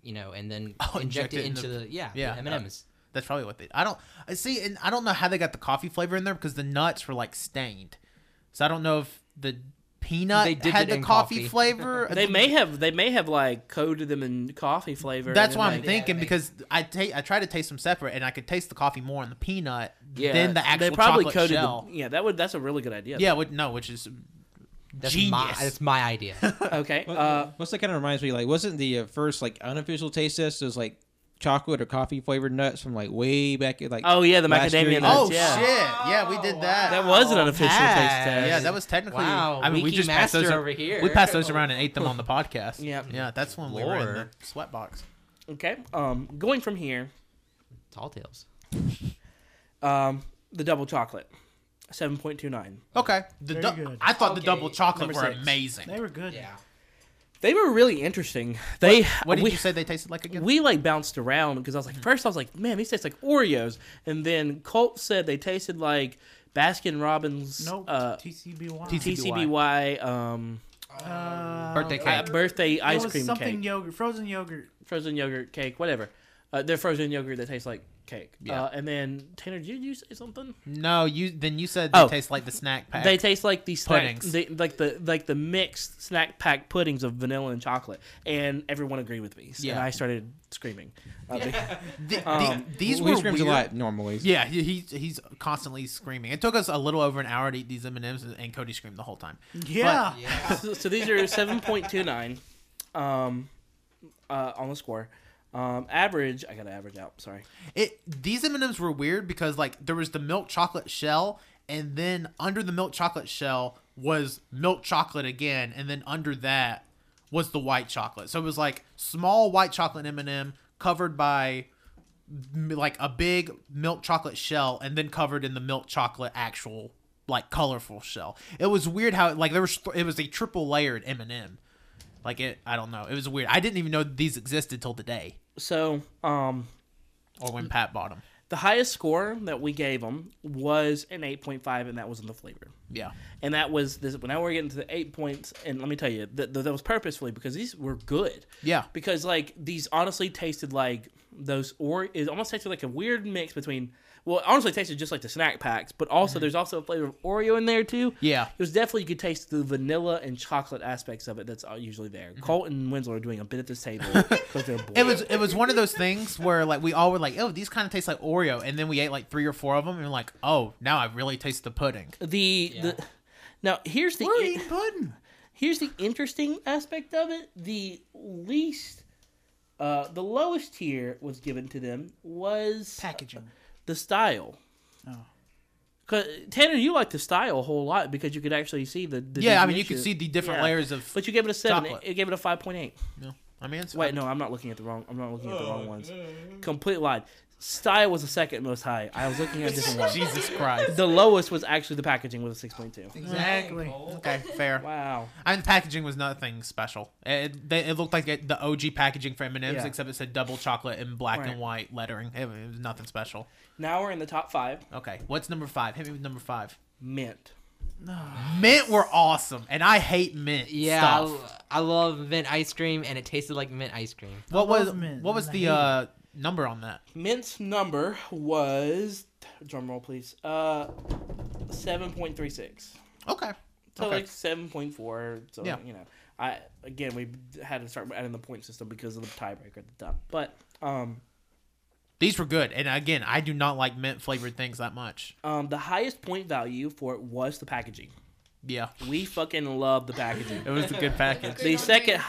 Speaker 7: you know, and then
Speaker 1: [laughs] Oh,
Speaker 7: inject, it, into
Speaker 1: in
Speaker 7: the,
Speaker 1: the-
Speaker 7: yeah,
Speaker 1: yeah,
Speaker 7: yeah M and M's.
Speaker 1: That's probably what they. I don't. I see, and I don't know how they got the coffee flavor in there because the nuts were like stained. So I don't know if the peanut
Speaker 7: They did
Speaker 1: had
Speaker 7: it
Speaker 1: the
Speaker 7: in
Speaker 1: coffee,
Speaker 7: coffee.
Speaker 1: flavor.
Speaker 5: [laughs] They may have they may have like coated them in coffee flavor.
Speaker 1: That's
Speaker 5: and
Speaker 1: why I'm
Speaker 5: then, like,
Speaker 1: thinking
Speaker 7: maybe.
Speaker 1: because I take I try to taste them separate and I could taste the coffee more on the peanut than the actual
Speaker 5: they probably
Speaker 1: chocolate
Speaker 5: coated
Speaker 1: shell.
Speaker 5: The, yeah, that would that's a really good idea.
Speaker 1: yeah, would no, which is
Speaker 7: That's
Speaker 1: genius.
Speaker 7: my that's
Speaker 1: [laughs]
Speaker 7: my idea.
Speaker 5: Okay.
Speaker 6: What-
Speaker 5: Uh,
Speaker 6: what's that kind of reminds me? Like, wasn't the uh, first like unofficial taste test was like chocolate or coffee flavored nuts from like way back at like
Speaker 5: oh yeah, the
Speaker 6: Last year
Speaker 5: macadamia
Speaker 6: you-
Speaker 5: nuts.
Speaker 1: oh
Speaker 5: yeah.
Speaker 1: shit! Yeah, we
Speaker 7: Oh,
Speaker 1: did that.
Speaker 5: That was an unofficial taste
Speaker 7: Pat.
Speaker 5: test.
Speaker 1: yeah, that was technically.
Speaker 7: Wow,
Speaker 1: I mean, we
Speaker 7: Wiki
Speaker 1: just passed
Speaker 7: master
Speaker 1: those
Speaker 7: over here.
Speaker 1: We passed those around and ate them on the podcast.
Speaker 5: Yep.
Speaker 1: yeah, that's when we were in the
Speaker 7: Lord.
Speaker 1: sweat box.
Speaker 5: okay. Um, going from here,
Speaker 7: Tall tales.
Speaker 5: um, the double chocolate, seven point two nine.
Speaker 1: Okay. The
Speaker 2: Very
Speaker 1: du-
Speaker 2: good.
Speaker 1: I thought the
Speaker 7: Okay,
Speaker 1: double chocolate
Speaker 5: number
Speaker 1: were
Speaker 5: six.
Speaker 1: amazing.
Speaker 2: They were good.
Speaker 5: They were really interesting. They
Speaker 1: what did
Speaker 5: we,
Speaker 1: you say they tasted like again?
Speaker 5: we like bounced around because I was like, first I was like, man, these taste like Oreos, and then Colt said they tasted like Baskin Robbins,
Speaker 2: Nope.
Speaker 5: uh,
Speaker 2: TCBY.
Speaker 1: TC
Speaker 5: TCBY um,
Speaker 2: Uh,
Speaker 1: Birthday cake.
Speaker 5: uh, birthday
Speaker 2: it
Speaker 5: ice
Speaker 2: was
Speaker 5: cream
Speaker 2: something
Speaker 5: cake,
Speaker 2: yogurt, frozen yogurt.
Speaker 5: frozen yogurt cake, whatever. Uh, they're frozen yogurt that tastes like cake.
Speaker 1: Yeah.
Speaker 5: Uh, and then Tanner, did you say something?
Speaker 1: no, you then you said they
Speaker 5: Oh.
Speaker 1: taste like the snack pack.
Speaker 5: They taste like the snack,
Speaker 1: Puddings.
Speaker 5: they, like the like the mixed snack pack puddings of vanilla and chocolate, and everyone agreed with me. Yeah.
Speaker 1: Yeah.
Speaker 5: And I started screaming. Uh,
Speaker 1: Th- th-
Speaker 5: um,
Speaker 1: these
Speaker 6: we
Speaker 1: were
Speaker 6: screams
Speaker 1: weird.
Speaker 6: a lot normally.
Speaker 1: Yeah, he, he's he's constantly screaming. It took us a little over an hour to eat these M and M's, and Cody screamed the whole time.
Speaker 2: Yeah.
Speaker 5: so, so these are seven point two nine, um, uh, on the score. Um, average, I got to average out. Sorry.
Speaker 1: It these M and M's were weird because like there was the milk chocolate shell, and then under the milk chocolate shell was milk chocolate again, and then under that was the white chocolate. So it was like small white chocolate M&M covered by m- like a big milk chocolate shell and then covered in the milk chocolate actual like colorful shell. It was weird how like there was th- it was a triple layered M&M. Like it I don't know. It was weird. I didn't even know these existed till today
Speaker 5: So, um,
Speaker 1: or when Pat bought them.
Speaker 5: the highest score that we gave them was an 8.5, and that was in the flavor.
Speaker 1: Yeah.
Speaker 5: And that was this. Well, now we're getting to the eight points, and let me tell you, th- th- that was purposefully because these were good.
Speaker 1: Yeah.
Speaker 5: Because like these honestly tasted like those, or it almost tasted like a weird mix between. Well, it honestly tasted just like the snack packs, but also there's also a flavor of Oreo in there too.
Speaker 1: Mm-hmm. Yeah.
Speaker 5: It was definitely you could taste the vanilla and chocolate aspects of it. That's all usually there. Colt and Winslow are doing a bit at
Speaker 1: [laughs]
Speaker 5: this table because they're bored.
Speaker 1: Mm-hmm. It was it was one of those things where like we all were like, oh, these kind of taste like Oreo, and then we ate like three or four of them, and we're like, oh, now I really taste the pudding.
Speaker 5: the, the now here's the
Speaker 2: We're eating pudding.
Speaker 5: here's the interesting aspect of it the least uh, the lowest tier was given to them was
Speaker 2: Packaging.
Speaker 5: the style
Speaker 2: Oh.
Speaker 5: 'Cause- tanner you like the style a whole lot because you could actually see the, the
Speaker 1: Yeah, I mean, you
Speaker 5: can
Speaker 1: could see the different
Speaker 5: Yeah.
Speaker 1: layers of.
Speaker 5: but you gave it a seven it,
Speaker 1: Chocolate.
Speaker 5: it gave it a 5.8
Speaker 1: No, I mean, it's,
Speaker 5: wait no i'm not looking at the wrong i'm not looking at the wrong ones complete lie style was the second most high i was looking at a different one
Speaker 1: Jesus Christ.
Speaker 5: the lowest was actually the packaging with a 6.2
Speaker 2: Exactly.
Speaker 1: Okay, fair.
Speaker 5: wow
Speaker 1: I mean, the packaging was nothing special. It, they- it looked like it, the OG packaging for M and M's,
Speaker 5: Yeah.
Speaker 1: except it said double chocolate in black
Speaker 5: Right.
Speaker 1: and white lettering. It, it was nothing special.
Speaker 5: now we're in the top five
Speaker 1: Okay, what's number five? Hit me with number five.
Speaker 5: mint
Speaker 1: Mint were awesome, and I hate mint.
Speaker 7: Yeah, I,
Speaker 1: stuff.
Speaker 7: I love mint ice cream, and it tasted like mint ice cream.
Speaker 1: What
Speaker 2: love
Speaker 1: was
Speaker 2: mint,
Speaker 1: what was
Speaker 2: and I
Speaker 1: the
Speaker 2: hate it.
Speaker 1: uh, number on that?
Speaker 5: Mint's number was drum roll please. Uh seven point three six.
Speaker 1: Okay.
Speaker 5: So
Speaker 1: Okay.
Speaker 5: like seven point four. So
Speaker 1: Yeah.
Speaker 5: you know. I again we had to start adding the point system because of the tiebreaker at the top. But um
Speaker 1: These were good, and again, I do not like mint flavored things that much.
Speaker 5: um the highest point value for it was the packaging.
Speaker 1: Yeah,
Speaker 5: We fucking love
Speaker 1: [laughs]
Speaker 5: the packaging.
Speaker 1: it was a good
Speaker 5: [laughs]
Speaker 1: package.
Speaker 5: The second,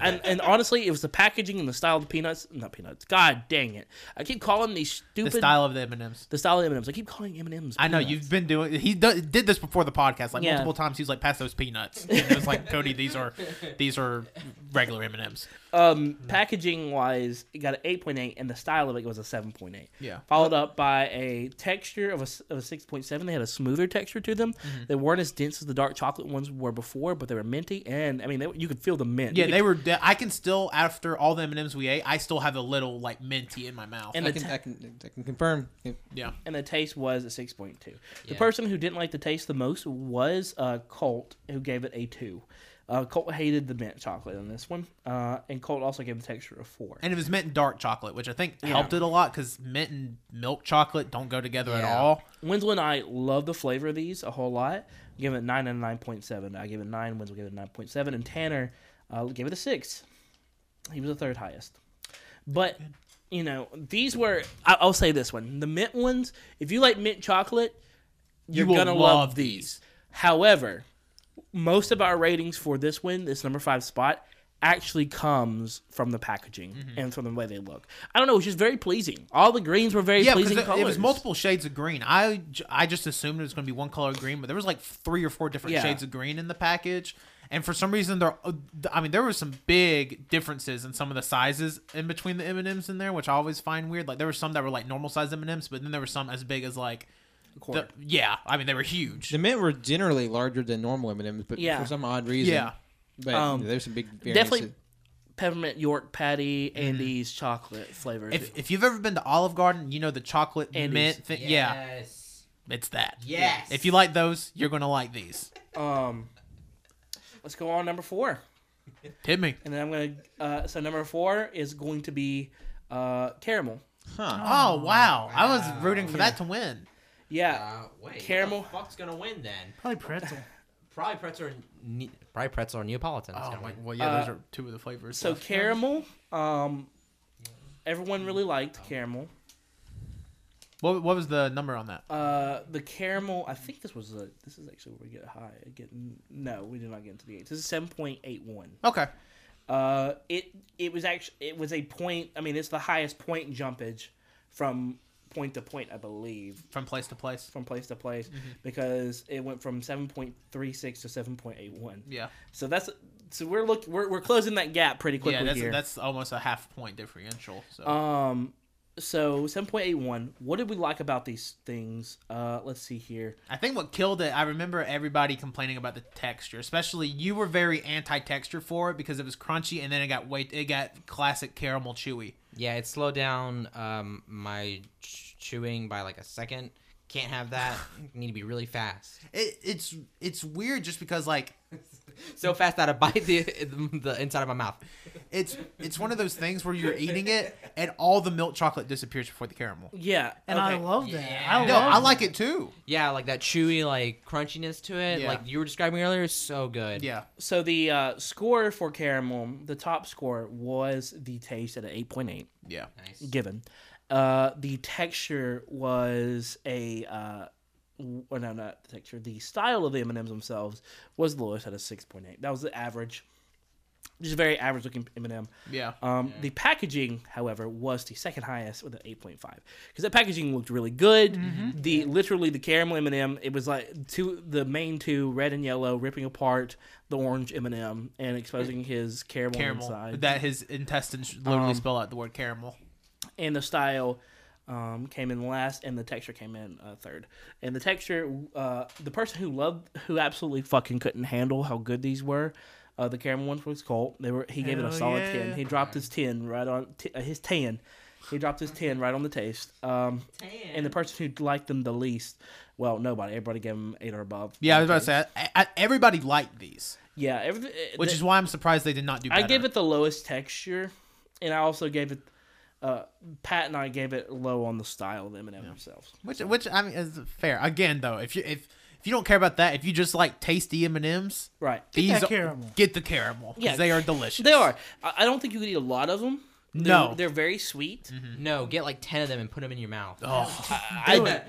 Speaker 5: and, and honestly, it was the packaging and the style of the peanuts. Not peanuts. God dang it! I keep calling these
Speaker 1: the
Speaker 5: stupid
Speaker 1: style of the M and M's.
Speaker 5: the style of M&Ms. I keep calling M&Ms.
Speaker 1: I know
Speaker 5: peanuts.
Speaker 1: you've been doing. He do, did this before the podcast, like
Speaker 5: Yeah.
Speaker 1: multiple times. He's like, "Pass those peanuts." And it was like, "Cody, these are these are regular M and M's."
Speaker 5: Um, packaging wise, it got an eight point eight, and the style of it was a seven point eight.
Speaker 1: Yeah.
Speaker 5: Followed up by a texture of a, s- of a six point seven. They had a smoother texture to them.
Speaker 1: Mm-hmm.
Speaker 5: They weren't as dense as the dark chocolate ones were before, but they were minty, and I mean, they, you could feel the mint.
Speaker 1: Yeah,
Speaker 5: You
Speaker 1: they
Speaker 5: could-
Speaker 1: were. de- I can still, after all the M and M's we ate, I still have a little like minty in my mouth.
Speaker 5: And
Speaker 6: I
Speaker 5: the
Speaker 6: can,
Speaker 5: ta-
Speaker 6: I can, I can confirm.
Speaker 1: yeah,
Speaker 5: and the taste was a six point two. The
Speaker 7: Yeah.
Speaker 5: person who didn't like the taste the most was uh, Colt, who gave it a two. Uh, Colt hated the mint chocolate on this one, uh, and Colt also gave the texture a four.
Speaker 1: and it was mint and dark chocolate, which I think helped it a lot because mint and milk chocolate don't go together at
Speaker 7: Yeah.
Speaker 1: all.
Speaker 5: Winslow and I love the flavor of these a whole lot. I gave it nine and nine point seven. I gave it nine. Winslow gave it nine point seven, and Tanner uh, gave it a six. He was the third highest. But you know, these were. I, I'll say this one: the mint ones. If you like mint chocolate, you're
Speaker 1: will
Speaker 5: gonna love,
Speaker 1: love
Speaker 5: these. However, most of our ratings for this win, this number five spot, actually comes from the packaging
Speaker 1: Mm-hmm.
Speaker 5: and from the way they look. I don't know, it's just very pleasing. All the greens were very
Speaker 1: yeah,
Speaker 5: pleasing
Speaker 1: because it-
Speaker 5: colors.
Speaker 1: it was multiple shades of green. I, j- I just assumed it was going to be one color of green, but there was like three or four different
Speaker 5: Yeah.
Speaker 1: shades of green in the package. And for some reason, there, uh, I mean, there were some big differences in some of the sizes in between the M and M's in there, which I always find weird. Like there were some that were like normal size M and M's, but then there were some as big as like, the,
Speaker 5: quarter.
Speaker 1: yeah, I mean, they were huge.
Speaker 6: The mint were generally larger than normal M&Ms, but
Speaker 5: Yeah.
Speaker 6: for some odd reason.
Speaker 1: Yeah,
Speaker 6: But
Speaker 5: Um,
Speaker 6: there's some big variances.
Speaker 5: definitely peppermint York patty, Andy's chocolate flavor.
Speaker 1: if if you've ever been to Olive Garden, you know the chocolate
Speaker 5: Andes.
Speaker 1: mint. Thing, Yeah,
Speaker 7: Yes.
Speaker 1: it's that.
Speaker 7: Yes.
Speaker 1: If you like those, you're gonna like these.
Speaker 5: um, let's go on number four,
Speaker 1: Hit me.
Speaker 5: and then I'm gonna. Uh, so number four is going to be uh, caramel.
Speaker 6: Huh.
Speaker 1: Oh wow, I was
Speaker 7: Wow.
Speaker 1: rooting for that to win.
Speaker 5: Yeah,
Speaker 7: Uh, wait. what the
Speaker 5: Caramel.
Speaker 7: fuck's gonna win then?
Speaker 2: Probably pretzel.
Speaker 7: Probably pretzel. Or ne- probably pretzel or Neapolitan. That's
Speaker 1: Oh,
Speaker 7: gonna
Speaker 1: my,
Speaker 7: win.
Speaker 1: well, yeah, those
Speaker 5: Uh,
Speaker 1: are two of the flavors.
Speaker 5: so
Speaker 1: left.
Speaker 5: caramel. Um, everyone really liked caramel.
Speaker 1: what, what was the number on that?
Speaker 5: Uh, the caramel. I think this was the. This is actually where we get high. Get no, we did not get into the eight. This is seven point eight one.
Speaker 1: Okay,
Speaker 5: Uh, it it was actually it was a point. I mean, it's the highest point jumpage from point to point, I believe,
Speaker 1: from place to place.
Speaker 5: from place to place
Speaker 1: Mm-hmm.
Speaker 5: because it went from 7.36 to 7.81.
Speaker 1: Yeah,
Speaker 5: So that's so we're look we're, we're closing that gap pretty quickly
Speaker 1: yeah. That's
Speaker 5: here.
Speaker 1: that's almost a half point differential. So
Speaker 5: um so 7.81 what did we like about these things uh let's see here
Speaker 1: I think what killed it. I remember everybody complaining about the texture, especially you were very anti-texture for it because it was crunchy and then it got way it got classic caramel chewy.
Speaker 7: Yeah, it slowed down um, my ch- chewing by like a second. Can't
Speaker 1: [laughs]
Speaker 7: have that. Need to be really fast.
Speaker 1: It, it's it's weird just because like
Speaker 7: So fast that I bite the [laughs] the inside of my mouth.
Speaker 1: it's it's one of those things where you're eating it and all the milk chocolate disappears before the caramel.
Speaker 5: yeah
Speaker 2: And I
Speaker 5: okay.
Speaker 2: love that.
Speaker 7: Yeah.
Speaker 2: I
Speaker 1: No,
Speaker 2: love
Speaker 1: I like it too.
Speaker 7: Yeah, like that chewy, like crunchiness to it,
Speaker 1: Yeah.
Speaker 7: like you were describing earlier, is so good.
Speaker 1: Yeah,
Speaker 5: so the uh score for caramel the top score was the taste at an 8.8
Speaker 1: yeah.
Speaker 7: Nice.
Speaker 5: given uh the texture was a uh w- or no not the texture the style of the m&ms themselves was the lowest at a 6.8 that was the average just a very average looking m&m
Speaker 1: Yeah.
Speaker 5: Um, The packaging, however, was the second highest with an 8.5 because that packaging looked really good. The literally the caramel M&M, it was like two the main two, red and yellow, ripping apart the orange M&M and exposing his caramel,
Speaker 1: Caramel.
Speaker 5: inside.
Speaker 1: That his intestines literally
Speaker 5: Um,
Speaker 1: spell out the word caramel.
Speaker 5: and the style um, came in last, and the texture came in uh, third. And the texture, uh, the person who loved, who absolutely fucking couldn't handle how good these were. Uh, the caramel ones was Colt. They were. He gave it
Speaker 2: Hell
Speaker 5: a solid
Speaker 2: yeah.
Speaker 5: ten. He dropped his ten right on t- uh, his tan. He dropped his ten right on the taste. Um, and the person who liked them the least, well, nobody. Everybody gave them eight or above.
Speaker 1: Yeah, I was about to say I, I, everybody liked these,
Speaker 5: Yeah, every, uh,
Speaker 1: which is why I'm surprised they did not do. Better.
Speaker 5: I gave it the lowest texture, and I also gave it. Uh, Pat and I gave it low on the style of them and themselves.
Speaker 1: which which I mean is fair. Again, though, if you if if you don't care about that, if you just like tasty M and M's,
Speaker 5: Right.
Speaker 1: these
Speaker 2: that
Speaker 1: are-
Speaker 2: caramel.
Speaker 1: Get the caramel because
Speaker 5: Yeah.
Speaker 1: they are delicious.
Speaker 5: They are. I I don't think you could eat a lot of them. They're,
Speaker 1: No.
Speaker 5: they're very sweet,
Speaker 7: No, get like ten of them and put them in your mouth.
Speaker 1: Oh,
Speaker 5: I-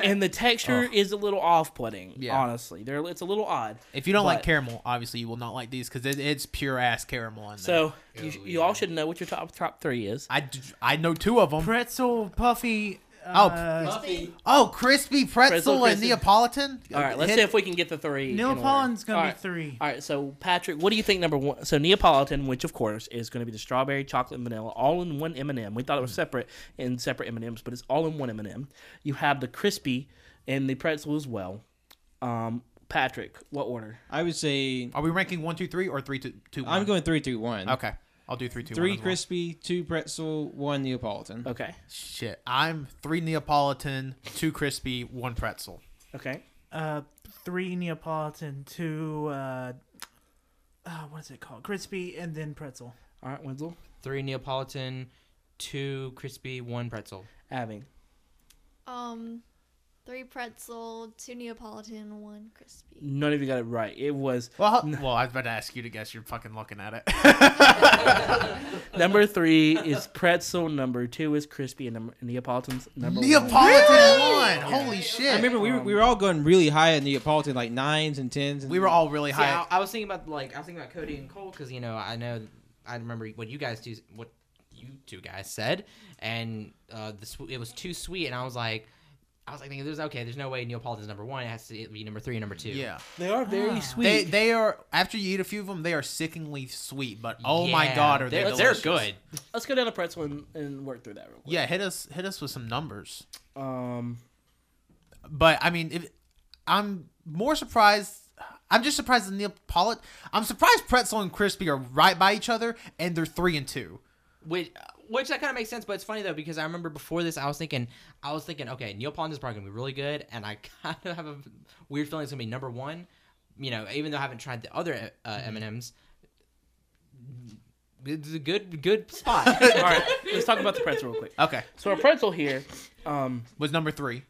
Speaker 5: and the texture is a little off-putting.
Speaker 1: Yeah.
Speaker 5: Honestly, they're it's a little odd.
Speaker 1: if you don't like
Speaker 5: But-
Speaker 1: caramel, obviously you will not like these because it, it's pure ass caramel in there.
Speaker 5: So you,
Speaker 7: Oh,
Speaker 5: you
Speaker 7: yeah.
Speaker 5: all should know what your top top three is.
Speaker 1: I, d- I know two of them.
Speaker 2: pretzel puffy.
Speaker 1: Oh,
Speaker 2: Uh,
Speaker 1: oh, crispy pretzel,
Speaker 5: Pretzel,
Speaker 1: and
Speaker 5: crispy-
Speaker 1: Neapolitan.
Speaker 5: all right, let's
Speaker 1: Hit-
Speaker 5: see if we can get the three. in order.
Speaker 2: Neapolitan's gonna
Speaker 5: All
Speaker 2: be
Speaker 5: right.
Speaker 2: three.
Speaker 5: All right, so Patrick, what do you think? Number one, so Neapolitan, which of course is going to be the strawberry, chocolate, and vanilla, all in one M and m We thought it was separate in separate M and M's, but it's all in one M and m You have the crispy and the pretzel as well. Um, Patrick, what order?
Speaker 6: I would say
Speaker 1: Are we ranking one, two, three, or three, two, two, one?
Speaker 6: I'm going three, two, one.
Speaker 1: Okay, I'll do three, two,
Speaker 6: Three
Speaker 1: one as well.
Speaker 6: crispy, two pretzel, one Neapolitan.
Speaker 5: Okay,
Speaker 1: Shit, I'm three Neapolitan, two crispy, one pretzel.
Speaker 5: okay.
Speaker 2: Uh, three Neapolitan, two. Uh, uh, what is it called? Crispy and then pretzel.
Speaker 5: All right, Winslow,
Speaker 7: Three Neapolitan, two crispy, one pretzel.
Speaker 5: Abby.
Speaker 4: Um, three pretzel, two Neapolitan, one crispy.
Speaker 5: None of you got it right. It was
Speaker 1: Well, how- [laughs] well, I was about to ask you to guess. You're fucking looking at
Speaker 7: [laughs]
Speaker 1: it.
Speaker 5: number three is pretzel, number two is crispy, and number Neapolitan's number one.
Speaker 1: Neapolitan one. Holy shit!
Speaker 6: I remember we were, we were all going really high at Neapolitan, like nines and tens. And
Speaker 1: we were all really
Speaker 7: See,
Speaker 1: high.
Speaker 7: I, I was thinking about like I was thinking about Cody and Cole because you know I know I remember what you guys do what you two guys said and uh the sw- it was too sweet and I was like I was like thinking there's okay there's no way Neapolitan's number one it has to be number three or number two
Speaker 1: yeah,
Speaker 5: They are very sweet.
Speaker 1: they they are. After you eat a few of them, they are sickeningly sweet. But oh my
Speaker 7: Yeah,
Speaker 1: god, are they
Speaker 7: they're,
Speaker 1: delicious.
Speaker 7: they're good
Speaker 5: Let's go down to pretzel and, and work through that real quick.
Speaker 1: Yeah, hit us hit us with some numbers.
Speaker 5: Um.
Speaker 1: But I mean, if I'm more surprised. I'm just surprised the Neapolitan. I'm surprised pretzel and crispy are right by each other, and they're three and two.
Speaker 7: which which that kind of makes sense but it's funny though because I remember before this I was thinking I was thinking okay Neapolitan's probably gonna be really good and I [laughs] kind of have a weird feeling it's gonna be number one you know even though I haven't tried the other uh,
Speaker 5: Mm-hmm.
Speaker 7: M and M's. It's a good good
Speaker 5: [laughs]
Speaker 7: spot.
Speaker 5: All right, let's talk about the pretzel real quick.
Speaker 1: Okay,
Speaker 5: So our pretzel here, um,
Speaker 1: was number three.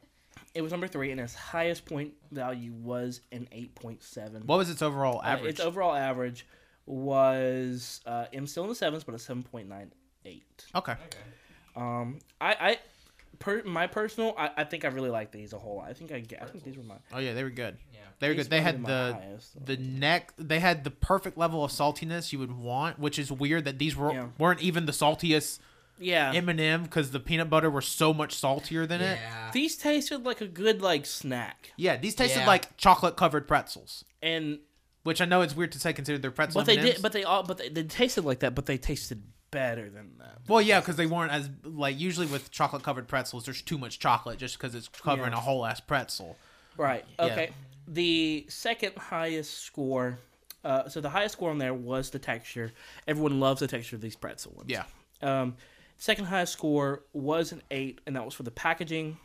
Speaker 5: it was number three, and its highest point value was an eight point seven.
Speaker 1: What was its overall
Speaker 5: Uh,
Speaker 1: average?
Speaker 5: its overall average was uh, M still in the sevens, but a seven point nine eight.
Speaker 1: okay,
Speaker 5: Um, I, I, per, my personal, I, I think I really like these a whole lot. I think I, get- I think these were my.
Speaker 1: Oh yeah, they were good.
Speaker 7: Yeah.
Speaker 1: They were
Speaker 5: these
Speaker 1: good. They
Speaker 5: were
Speaker 1: had
Speaker 5: my
Speaker 1: the
Speaker 5: highest.
Speaker 1: the neck. They had the perfect level of saltiness you would want, which is weird that these were
Speaker 5: Yeah.
Speaker 1: weren't even the saltiest
Speaker 5: Yeah.
Speaker 1: M&M because the peanut butter was so much saltier than it.
Speaker 7: yeah.
Speaker 5: These tasted like a good like snack,
Speaker 1: Yeah, these tasted
Speaker 7: Yeah.
Speaker 1: like chocolate covered pretzels,
Speaker 5: and
Speaker 1: which I know it's weird to say considered they're pretzel.
Speaker 5: but they
Speaker 1: M&Ms.
Speaker 5: did, but they all, but they, they tasted like that, but they tasted better than that.
Speaker 1: Well, yeah, because they weren't as like usually with chocolate covered pretzels. There's too much chocolate just because it's covering
Speaker 5: Yeah.
Speaker 1: a whole ass pretzel.
Speaker 5: Right.
Speaker 1: Yeah.
Speaker 5: Okay. The second highest score. Uh, so the highest score on there was the texture. Everyone loves the texture of these pretzel ones.
Speaker 1: Yeah.
Speaker 5: Um, second highest score was an eight, and that was for the packaging.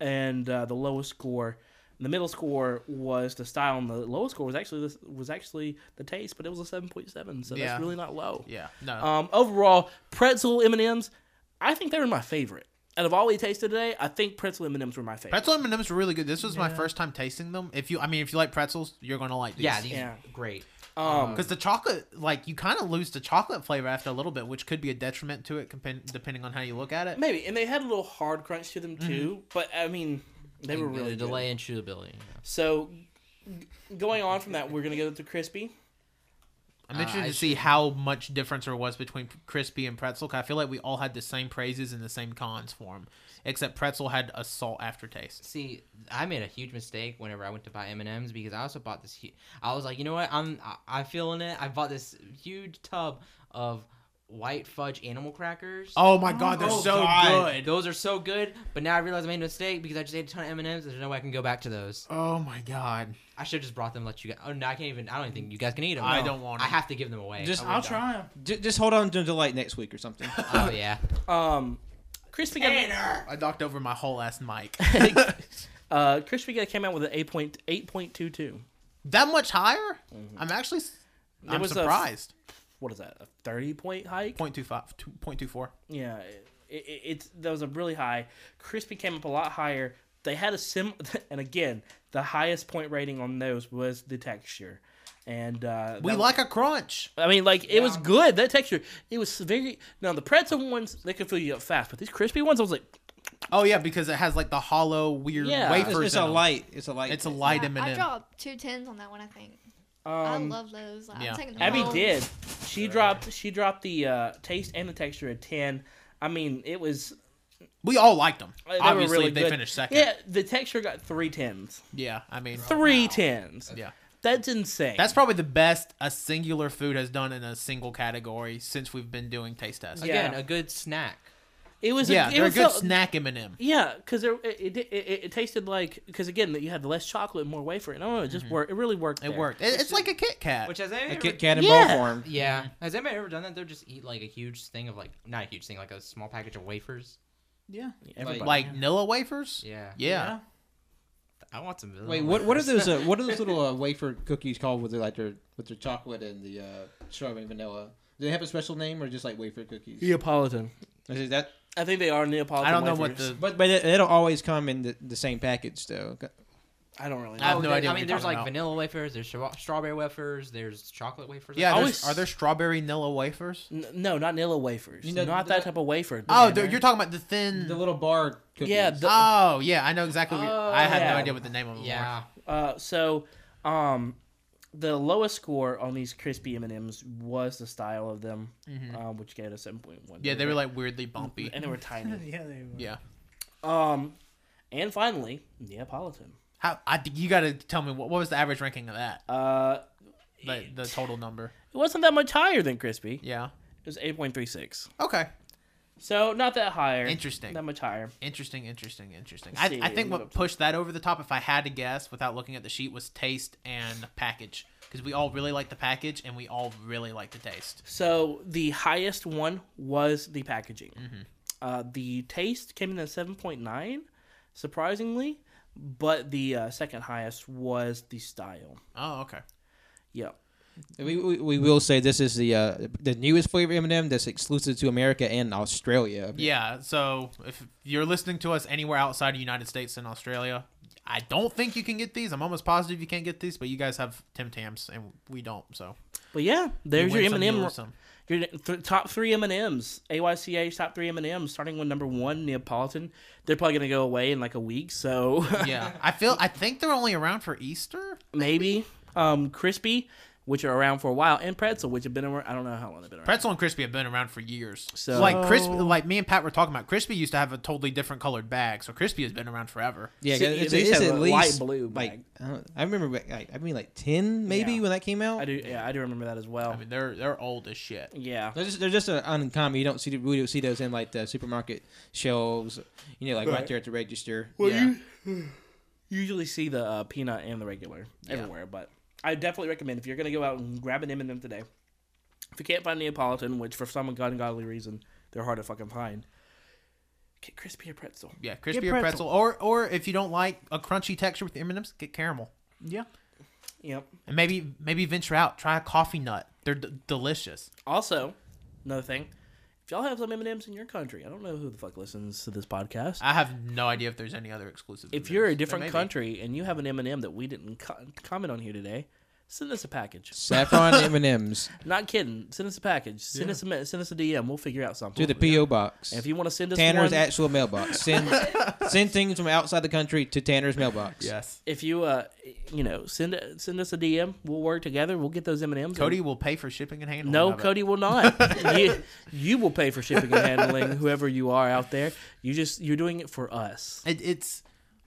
Speaker 5: And uh, the lowest score, the middle score was the style, and the lowest score was actually the, was actually the taste, but it was a seven point seven, so
Speaker 1: Yeah.
Speaker 5: that's really not low.
Speaker 1: Yeah, no,
Speaker 5: Um, overall, pretzel M and M's, I think they were my favorite. Out of all we tasted today, I think pretzel M and M's were my favorite.
Speaker 1: pretzel M&Ms were really good. This was my
Speaker 2: Yeah.
Speaker 1: first time tasting them. If you, I mean, if you like pretzels, you're gonna like these.
Speaker 7: Yeah, these
Speaker 5: Yeah.
Speaker 7: great.
Speaker 5: Um,
Speaker 1: because the chocolate, like you kind of lose the chocolate flavor after a little bit, which could be a detriment to it, compen- depending on how you look at it.
Speaker 5: Maybe, and they had a little hard crunch to them too. But I mean, they were really good.
Speaker 7: delay and chewability.
Speaker 5: So, g- going on from that, we're gonna go to crispy.
Speaker 1: I'm
Speaker 7: Uh,
Speaker 1: interested
Speaker 7: I
Speaker 1: to see how much difference there was between crispy and pretzel. 'cause I feel like we all had the same praises and the same cons for them, except pretzel had a salt aftertaste.
Speaker 7: See, I made a huge mistake whenever I went to buy M and M's because I also bought this. Hu- I was like, you know what? I'm I- I'm feeling it. I bought this huge tub of white fudge animal crackers.
Speaker 1: Oh my god, they're so good.
Speaker 7: Those are so good. But now I realize I made a mistake because I just ate a ton of M and M's. There's no way I can go back to those.
Speaker 1: Oh my god.
Speaker 7: I should have just brought them. and Let you guys. Oh no, I can't even. I don't even think you guys can eat them.
Speaker 1: I don't want
Speaker 7: I
Speaker 1: 'em.
Speaker 7: have to give them away.
Speaker 6: Just-
Speaker 2: I'll try them.
Speaker 6: J- just hold on until like next week
Speaker 1: [laughs]
Speaker 6: or something.
Speaker 7: oh yeah.
Speaker 5: Um, crispy got
Speaker 1: I knocked over my whole ass mic.
Speaker 5: uh, crispy got came out with an eight point eight point two two.
Speaker 1: that much higher? I'm actually s- I'm
Speaker 5: was a f-
Speaker 1: surprised.
Speaker 5: What is that? A thirty point hike?
Speaker 1: 0.25 two- 0.24.
Speaker 5: Yeah, it, it, it's that was a really high. Crispy came up a lot higher. They had a sim, [laughs] and again, the highest point rating on those was the texture, and uh,
Speaker 1: We
Speaker 5: that-
Speaker 1: like a crunch.
Speaker 5: I mean, like it was good. That texture, it was very. Now the pretzel ones, they could fill you up fast, but these crispy ones, I was like,
Speaker 1: Oh yeah, because it has like the hollow weird
Speaker 5: Yeah.
Speaker 1: wafers.
Speaker 6: it's, it's
Speaker 1: in
Speaker 6: a
Speaker 1: 'em.
Speaker 6: light. It's a light.
Speaker 1: It's a light M&M.
Speaker 4: I dropped two tens on that one. I think I
Speaker 5: um,
Speaker 4: love those. I'm
Speaker 1: yeah.
Speaker 4: taking them
Speaker 5: Abby
Speaker 4: home.
Speaker 5: did. She dropped. She dropped the uh, taste and the texture at ten. I mean, it was
Speaker 1: we all liked them.
Speaker 5: they
Speaker 1: Obviously,
Speaker 5: were really
Speaker 1: they
Speaker 5: good.
Speaker 1: finished second.
Speaker 5: Yeah, the texture got three tens.
Speaker 1: Yeah, I
Speaker 6: Oh,
Speaker 1: mean,
Speaker 5: Three tens.
Speaker 1: yeah.
Speaker 5: That's insane.
Speaker 1: That's probably the best a singular food has done in a single category since we've been doing taste tests.
Speaker 5: Yeah.
Speaker 7: Again, a good snack.
Speaker 5: it was.
Speaker 1: Yeah,
Speaker 5: a, it
Speaker 1: they're a
Speaker 5: was
Speaker 1: good
Speaker 5: so-
Speaker 1: snack M&M.
Speaker 5: Yeah, because it, it, it, it tasted like because again you had the less chocolate and more wafer. No, it just worked. It really worked.
Speaker 1: Mm-hmm. It
Speaker 5: there.
Speaker 1: worked. It, it's like a Kit Kat.
Speaker 7: Which has
Speaker 6: a
Speaker 7: anybody
Speaker 6: Kit
Speaker 7: ever-
Speaker 6: Kat in
Speaker 5: Yeah.
Speaker 6: ball form.
Speaker 7: Yeah. Has anybody ever done that? They'll just eat like a huge thing of like not a huge thing, like a small package of wafers.
Speaker 2: Yeah.
Speaker 5: Everybody.
Speaker 1: like Nilla wafers?
Speaker 7: Yeah.
Speaker 1: Yeah.
Speaker 7: I want some. vanilla
Speaker 6: Wait, what? What are
Speaker 7: wafers.
Speaker 6: those? Uh, what are those little uh, wafer cookies called with their like their with their chocolate and the uh, strawberry and vanilla? Do they have a special name or just like wafer cookies?
Speaker 5: Neapolitan.
Speaker 6: Is that?
Speaker 5: I think they are Neapolitan.
Speaker 1: I don't know what
Speaker 5: wafers.
Speaker 1: the
Speaker 6: But but they, they don't always come in the, the same package though.
Speaker 5: I don't really
Speaker 1: I have
Speaker 5: know.
Speaker 1: no
Speaker 7: Oh, there-
Speaker 1: idea
Speaker 7: I
Speaker 1: what
Speaker 7: mean,
Speaker 1: you're
Speaker 7: there's
Speaker 1: talking
Speaker 7: like
Speaker 1: about.
Speaker 7: vanilla wafers, there's stra- strawberry wafers, there's chocolate wafers.
Speaker 1: Yeah,
Speaker 7: I
Speaker 5: there's-
Speaker 7: think.
Speaker 1: there's, are there strawberry Nilla wafers?
Speaker 5: N- no, not Nilla wafers.
Speaker 6: You know,
Speaker 5: not
Speaker 6: the-
Speaker 5: that type of wafer.
Speaker 1: Oh,
Speaker 5: Tanner.
Speaker 1: the- you're talking about the thin.
Speaker 6: The little bar cookies.
Speaker 5: yeah. The, Oh,
Speaker 1: oh, yeah, I know exactly. What you- I had
Speaker 5: yeah.
Speaker 1: no idea what the name of them were.
Speaker 7: yeah.
Speaker 5: uh, so, um, the lowest score on these crispy M and M's was the style of them, um, which gave it a seven point one.
Speaker 1: Mm-hmm. Yeah, they were like weirdly bumpy.
Speaker 5: and they
Speaker 1: [laughs]
Speaker 5: were tiny.
Speaker 2: [laughs] Yeah, they were.
Speaker 1: Yeah.
Speaker 5: um, and finally Neapolitan.
Speaker 1: How I think you got to tell me what, what was the average ranking of that?
Speaker 5: Uh,
Speaker 1: The, the total number.
Speaker 5: it wasn't that much higher than crispy.
Speaker 1: Yeah.
Speaker 5: It was eight point three six.
Speaker 1: Okay.
Speaker 5: So not that higher.
Speaker 1: Interesting.
Speaker 5: That much higher.
Speaker 1: Interesting, interesting, interesting.
Speaker 5: Let's
Speaker 1: I,
Speaker 5: see,
Speaker 1: I think
Speaker 5: let me
Speaker 1: what pushed that over the top, if I had to guess without looking at the sheet, was taste and package. Because we all really like the package and we all really like the taste.
Speaker 5: So the highest one was the packaging.
Speaker 1: Mm-hmm.
Speaker 5: Uh, the taste came in at seven point nine, surprisingly, but the uh, second highest was the style.
Speaker 1: Oh, okay.
Speaker 5: Yeah,
Speaker 6: We, we, we will say this is the uh, the newest flavor M and m that's exclusive to America and Australia.
Speaker 1: Yeah, so if you're listening to us anywhere outside of the United States and Australia, I don't think you can get these. I'm almost positive you can't get these, but you guys have Tim Tams and we don't, so.
Speaker 5: but yeah,
Speaker 1: you
Speaker 5: there's your
Speaker 1: win some,
Speaker 5: M and
Speaker 1: you
Speaker 5: M.
Speaker 1: lose some.
Speaker 5: Your th- top three M and M's. AYCH top three M and M's. Starting with number one, Neapolitan. They're probably gonna go away in like a week, so [laughs]
Speaker 1: Yeah, I feel, I think they're only around for Easter.
Speaker 5: maybe um, crispy. which are around for a while, and pretzel, which have been around. I don't know how long they've been around.
Speaker 1: Pretzel and crispy have been around for years.
Speaker 5: So-
Speaker 1: like crispy, like me and Pat were talking about, crispy used to have a totally different colored bag, so crispy has been around forever.
Speaker 6: Yeah,
Speaker 5: See,
Speaker 6: it's,
Speaker 5: they
Speaker 6: it's
Speaker 5: used to
Speaker 6: at
Speaker 5: have a
Speaker 6: least
Speaker 5: light blue
Speaker 6: Like
Speaker 5: bag.
Speaker 6: I, don't- I remember, like, I mean, like ten maybe
Speaker 5: Yeah.
Speaker 6: when that came out.
Speaker 5: I do. Yeah, I do remember that as well.
Speaker 1: I mean, they're they're old as shit.
Speaker 5: yeah.
Speaker 6: They're just they're just uh, uncommon. You don't see we don't see those in like the supermarket shelves. You know, like right,
Speaker 5: Right.
Speaker 6: there at the register.
Speaker 5: yeah. usually see the uh, peanut and the regular everywhere, but I definitely recommend if you're gonna go out and grab an M&M today. If you can't find Neapolitan, which for some ungodly reason they're hard to fucking find, get crispy or pretzel.
Speaker 1: Yeah, crispy or pretzel,
Speaker 2: pretzel.
Speaker 1: or or if you don't like a crunchy texture with the M&Ms, get caramel,
Speaker 2: Yeah.
Speaker 5: Yep.
Speaker 1: and maybe maybe venture out, try a coffee nut. They're d- delicious.
Speaker 5: Also, another thing, if y'all have some M&Ms in your country, I don't know who the fuck listens to this podcast.
Speaker 1: I have no idea if there's any other exclusive.
Speaker 5: if
Speaker 1: M&Ms,
Speaker 5: you're a
Speaker 1: but
Speaker 5: different
Speaker 1: maybe.
Speaker 5: country and you have an M&M that we didn't co- comment on here today, send us a package.
Speaker 6: Saffron M and
Speaker 5: [laughs]
Speaker 6: M's
Speaker 5: Not kidding. Send us a package. Send us a me- send us a DM. We'll figure out something.
Speaker 6: to the PO box.
Speaker 5: And if you want to send us
Speaker 6: Tanner's
Speaker 5: one,
Speaker 6: actual mailbox.
Speaker 5: [laughs]
Speaker 6: Send send things from outside the country to Tanner's mailbox.
Speaker 1: yes,
Speaker 5: if you uh you know send send us a DM, we'll work together. We'll get those M and M's.
Speaker 1: Cody will pay for shipping and handling.
Speaker 5: No,
Speaker 1: of it.
Speaker 5: Cody will not. [laughs] you, you will pay for shipping and handling, whoever you are out there. You just you're doing it for
Speaker 1: [laughs]
Speaker 5: us.
Speaker 1: It, it's.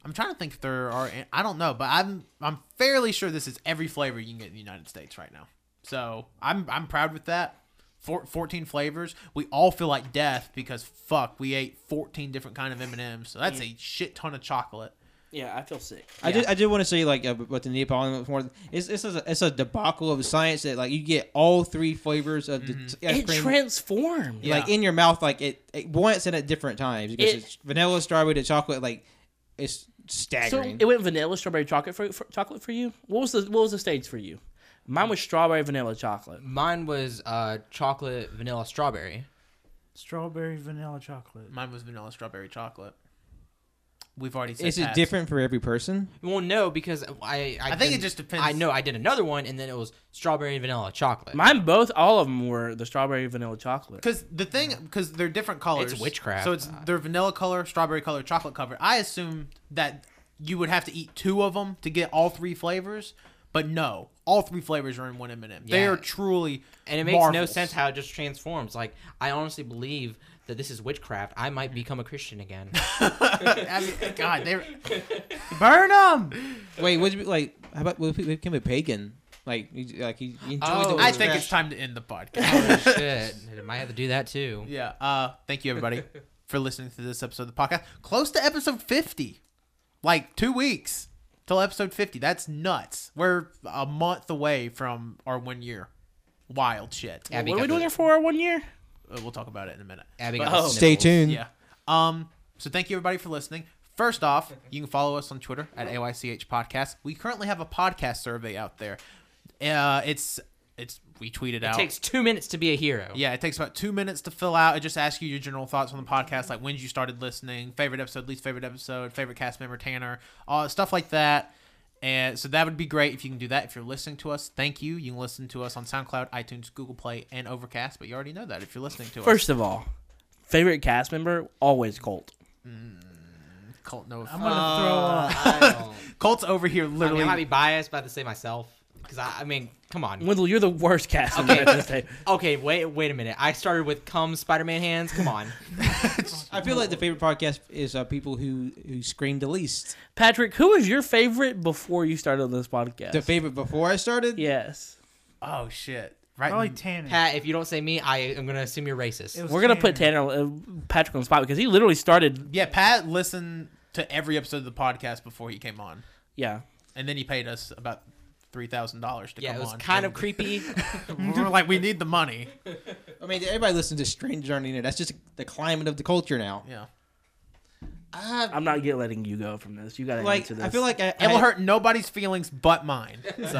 Speaker 1: I'm trying to think if there are. I don't know, but I'm I'm fairly sure this is every flavor you can get in the United States right now. So I'm I'm proud with that. Four, 14 flavors. We all feel like death because fuck, we ate 14 different kind of M and M's. So that's a shit ton of chocolate.
Speaker 5: Yeah, I feel sick.
Speaker 6: I did. I did want to say like uh, what the Neapolitan was more. It's it's a, it's a debacle of science that like you get all three flavors of the t- ice
Speaker 5: It
Speaker 6: cream
Speaker 5: transformed.
Speaker 6: like in your mouth like it, it once and at different times because
Speaker 5: It-
Speaker 6: it's vanilla, strawberry to chocolate. Like it's
Speaker 5: So
Speaker 6: staggering.
Speaker 5: it went vanilla, strawberry, chocolate for, for chocolate for you. What was the what was the stage for you? Mine was strawberry, vanilla, chocolate.
Speaker 7: Mine was uh, chocolate, vanilla, strawberry.
Speaker 2: Strawberry vanilla chocolate.
Speaker 1: Mine was vanilla strawberry chocolate. We've already said
Speaker 6: is it
Speaker 1: Pat's.
Speaker 6: different for every person?
Speaker 7: Well, no, because I. I,
Speaker 1: I think it
Speaker 7: didn't-
Speaker 1: just depends.
Speaker 7: I know I did another one, and then it was strawberry, vanilla, chocolate.
Speaker 5: Mine both, all of them were the strawberry, vanilla, chocolate.
Speaker 1: Because the thing, because they're different colors.
Speaker 7: witchcraft.
Speaker 1: So it's they're vanilla color, strawberry color, chocolate cover. I assumed that you would have to eat two of them to get all three flavors, but no, all three flavors are in one M and m They
Speaker 7: Yeah.
Speaker 1: are truly
Speaker 7: and it makes no
Speaker 1: marvels. [laughs]
Speaker 7: sense how it just transforms. Like I honestly believe that this is witchcraft. I might become a
Speaker 1: [laughs]
Speaker 7: Christian again.
Speaker 1: I mean, God, they
Speaker 2: Burn them.
Speaker 6: Wait, would you be like? How about what if we became a pagan? Like, you, like you you enjoy
Speaker 7: Oh,
Speaker 6: the
Speaker 1: I think it's
Speaker 6: witchcraft.
Speaker 1: time to end the
Speaker 7: [laughs]
Speaker 1: podcast.
Speaker 7: oh shit! I might have to do that too.
Speaker 1: yeah. Uh, thank you everybody for listening to this episode of the podcast. Close to episode fifty, like two weeks till episode fifty. That's nuts. We're a month away from our one year. Wild shit.
Speaker 7: Abby
Speaker 5: what are
Speaker 7: got
Speaker 5: we doing
Speaker 7: the-
Speaker 5: it for? One year?
Speaker 1: Uh, we'll talk about it in a minute.
Speaker 7: Abby got
Speaker 5: Oh.
Speaker 7: the
Speaker 6: Stay
Speaker 7: sniffles.
Speaker 6: tuned.
Speaker 1: Yeah. Um. So thank you everybody for listening. First off, you can follow us on Twitter at AYCH Podcast. We currently have a podcast survey out there. Uh, it's it's we tweeted out.
Speaker 7: Takes two minutes to be a hero.
Speaker 1: yeah, it takes about two minutes to fill out. It just asks you your general thoughts on the podcast, like when you started listening, favorite episode, least favorite episode, favorite cast member Tanner, uh, stuff like that. And so that would be great if you can do that. If you're listening to us, thank you. You can listen to us on SoundCloud, iTunes, Google Play, and Overcast. But you already know that if you're listening to us.
Speaker 5: First of all, favorite cast member always Colt.
Speaker 1: Colt, no, [laughs]
Speaker 2: I'm gonna throw up.
Speaker 7: Uh, I, don't-
Speaker 1: Colt's over here
Speaker 7: I mean,
Speaker 1: literally.
Speaker 7: I might be biased, but I have to say myself because I, I mean, come on.
Speaker 5: Wendell, you're the worst cast member at this day.
Speaker 7: Okay, wait, wait a minute. I started with "Come, Spider-Man hands." Come on.
Speaker 6: I feel like the favorite podcast is uh, people who who scream the least.
Speaker 5: Patrick, who was your favorite before you started this podcast?
Speaker 6: The favorite before I started.
Speaker 5: yes.
Speaker 1: Oh shit! Right.
Speaker 2: Probably tannin.
Speaker 7: Pat, if you don't say me, I am gonna assume you're racist.
Speaker 2: It was
Speaker 5: We're going to put Tanner, uh, Patrick on the spot because he literally started.
Speaker 1: yeah, Pat listened to every episode of the podcast before he came on,
Speaker 5: Yeah.
Speaker 1: and then he paid us about three thousand dollars to
Speaker 7: yeah,
Speaker 1: come
Speaker 7: it was
Speaker 1: on.
Speaker 7: kind of creepy.
Speaker 1: And we were like, we need the money.
Speaker 6: I mean, everybody listens to strangers on the internet. That's just the climate of the culture now.
Speaker 1: Yeah,
Speaker 6: I,
Speaker 5: I'm not get letting you go from this. You got to
Speaker 6: like,
Speaker 5: answer this.
Speaker 6: I feel like I,
Speaker 1: it will
Speaker 6: I,
Speaker 1: hurt nobody's feelings but mine.
Speaker 7: [laughs]
Speaker 1: So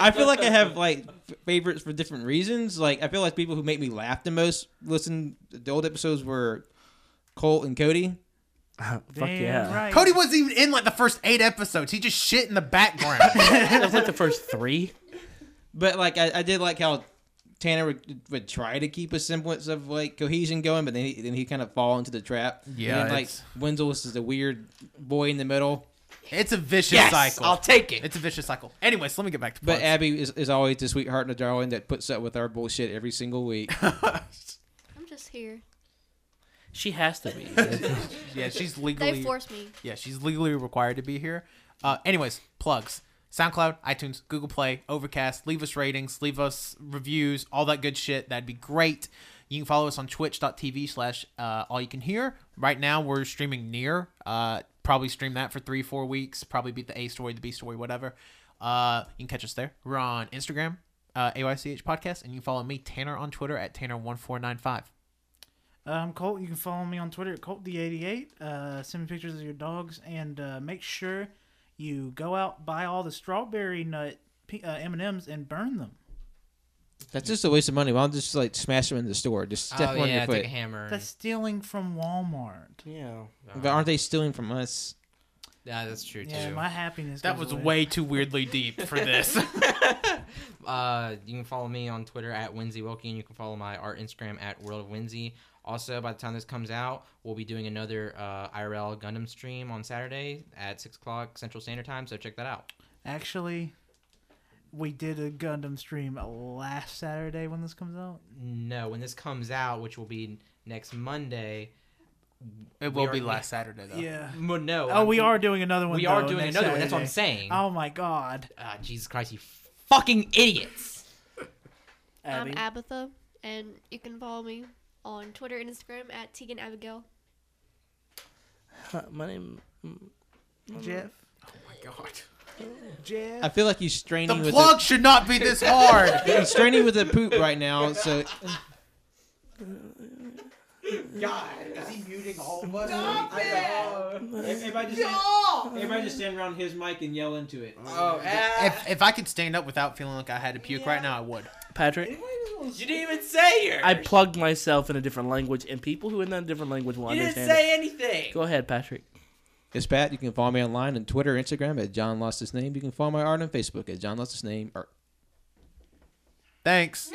Speaker 6: I feel like I have like f- favorites for different reasons. Like, I feel like people who make me laugh the most listen. The old episodes were Colt and Cody.
Speaker 5: [laughs] Fuck yeah.
Speaker 2: Right.
Speaker 1: Cody wasn't even in like the first eight episodes. He just shit in the background.
Speaker 7: [laughs]
Speaker 5: That was like the first three.
Speaker 6: But like I, I did like how Tanner would, would try to keep a semblance of like cohesion going, but then he, then he kind of fall into the trap.
Speaker 1: Yeah,
Speaker 6: and then, like
Speaker 1: it's-
Speaker 6: Wenzel is the weird boy in the middle.
Speaker 1: It's a vicious
Speaker 7: Yes,
Speaker 1: cycle.
Speaker 7: I'll take it.
Speaker 1: it's a vicious cycle. Anyways, let me get back to
Speaker 6: But
Speaker 1: plugs.
Speaker 6: Abby is, is always the sweetheart and the darling that puts up with our bullshit every single week. [laughs]
Speaker 4: I'm just here.
Speaker 5: She has to be.
Speaker 1: yeah, she's
Speaker 4: They
Speaker 1: legally
Speaker 4: forced me.
Speaker 1: yeah she's legally required to be here. Uh, anyways, plugs. SoundCloud, iTunes, Google Play, Overcast. Leave us ratings, leave us reviews, all that good shit. That'd be great. You can follow us on twitch.tv slash uh, all you can hear. Right now, we're streaming Near. Uh, probably stream that for three, four weeks. Probably beat the A story, the B story, whatever. Uh, you can catch us there. We're on Instagram, uh, AYCH Podcast, and you can follow me, Tanner, on Twitter at Tanner1495.
Speaker 2: Um, Colt, you can follow me on Twitter at ColtD88. Uh, send me pictures of your dogs and uh, make sure you go out buy all the strawberry nut P- uh, M and M's and burn them.
Speaker 6: That's just a waste of money. Why don't you just like smash them in the store? Just step
Speaker 7: oh,
Speaker 6: on
Speaker 7: yeah,
Speaker 6: your foot.
Speaker 7: take a hammer. and-
Speaker 2: That's stealing from Walmart.
Speaker 5: yeah.
Speaker 6: But aren't they stealing from us?
Speaker 7: yeah, that's true too.
Speaker 2: Yeah, my happiness.
Speaker 1: That
Speaker 2: goes
Speaker 1: was
Speaker 2: away.
Speaker 1: way too weirdly deep for this.
Speaker 7: uh, you can follow me on Twitter at Winsy Wilkie, and you can follow my art Instagram at World of Winsy. Also, by the time this comes out, we'll be doing another uh, IRL Gundam stream on Saturday at six o'clock Central Standard Time. So check that out.
Speaker 2: Actually, we did a Gundam stream last Saturday when this comes out.
Speaker 7: No, when this comes out, which will be next [sighs] Monday.
Speaker 1: [laughs] It
Speaker 7: We
Speaker 1: will
Speaker 7: are-
Speaker 1: be last Saturday though.
Speaker 2: Yeah.
Speaker 7: Mo- No,
Speaker 2: Oh, we
Speaker 7: I'm-
Speaker 2: are doing another one.
Speaker 7: We are
Speaker 2: though,
Speaker 7: doing
Speaker 2: next
Speaker 7: another one. That's what I'm
Speaker 2: Saturday.
Speaker 7: saying.
Speaker 2: Oh my God,
Speaker 7: Ah, Jesus Christ, you fucking idiots!
Speaker 2: Abby.
Speaker 4: I'm Abatha, and you can follow me on Twitter and Instagram at Tegan Abigail.
Speaker 5: Uh, My name.
Speaker 2: Jeff. Oh my God. Jeff.
Speaker 6: I feel like you're straining
Speaker 1: The
Speaker 6: with
Speaker 1: plug should not be this hard.
Speaker 6: [laughs] the, you're straining with the poop right now. So everybody just everybody just stand around his mic and yell into it.
Speaker 7: Oh,
Speaker 1: if, if I could stand up without feeling like I had to puke right now, I would.
Speaker 5: Patrick.
Speaker 7: you didn't even say yours.
Speaker 5: I plugged myself in a different language, and people who are in a different language will understand. it.
Speaker 7: anything.
Speaker 5: Go ahead, Patrick.
Speaker 6: It's Pat. You can follow me online on Twitter, Instagram at John Lost His Name. You can follow my art on Facebook at John Lost His Name. Art.
Speaker 1: Thanks.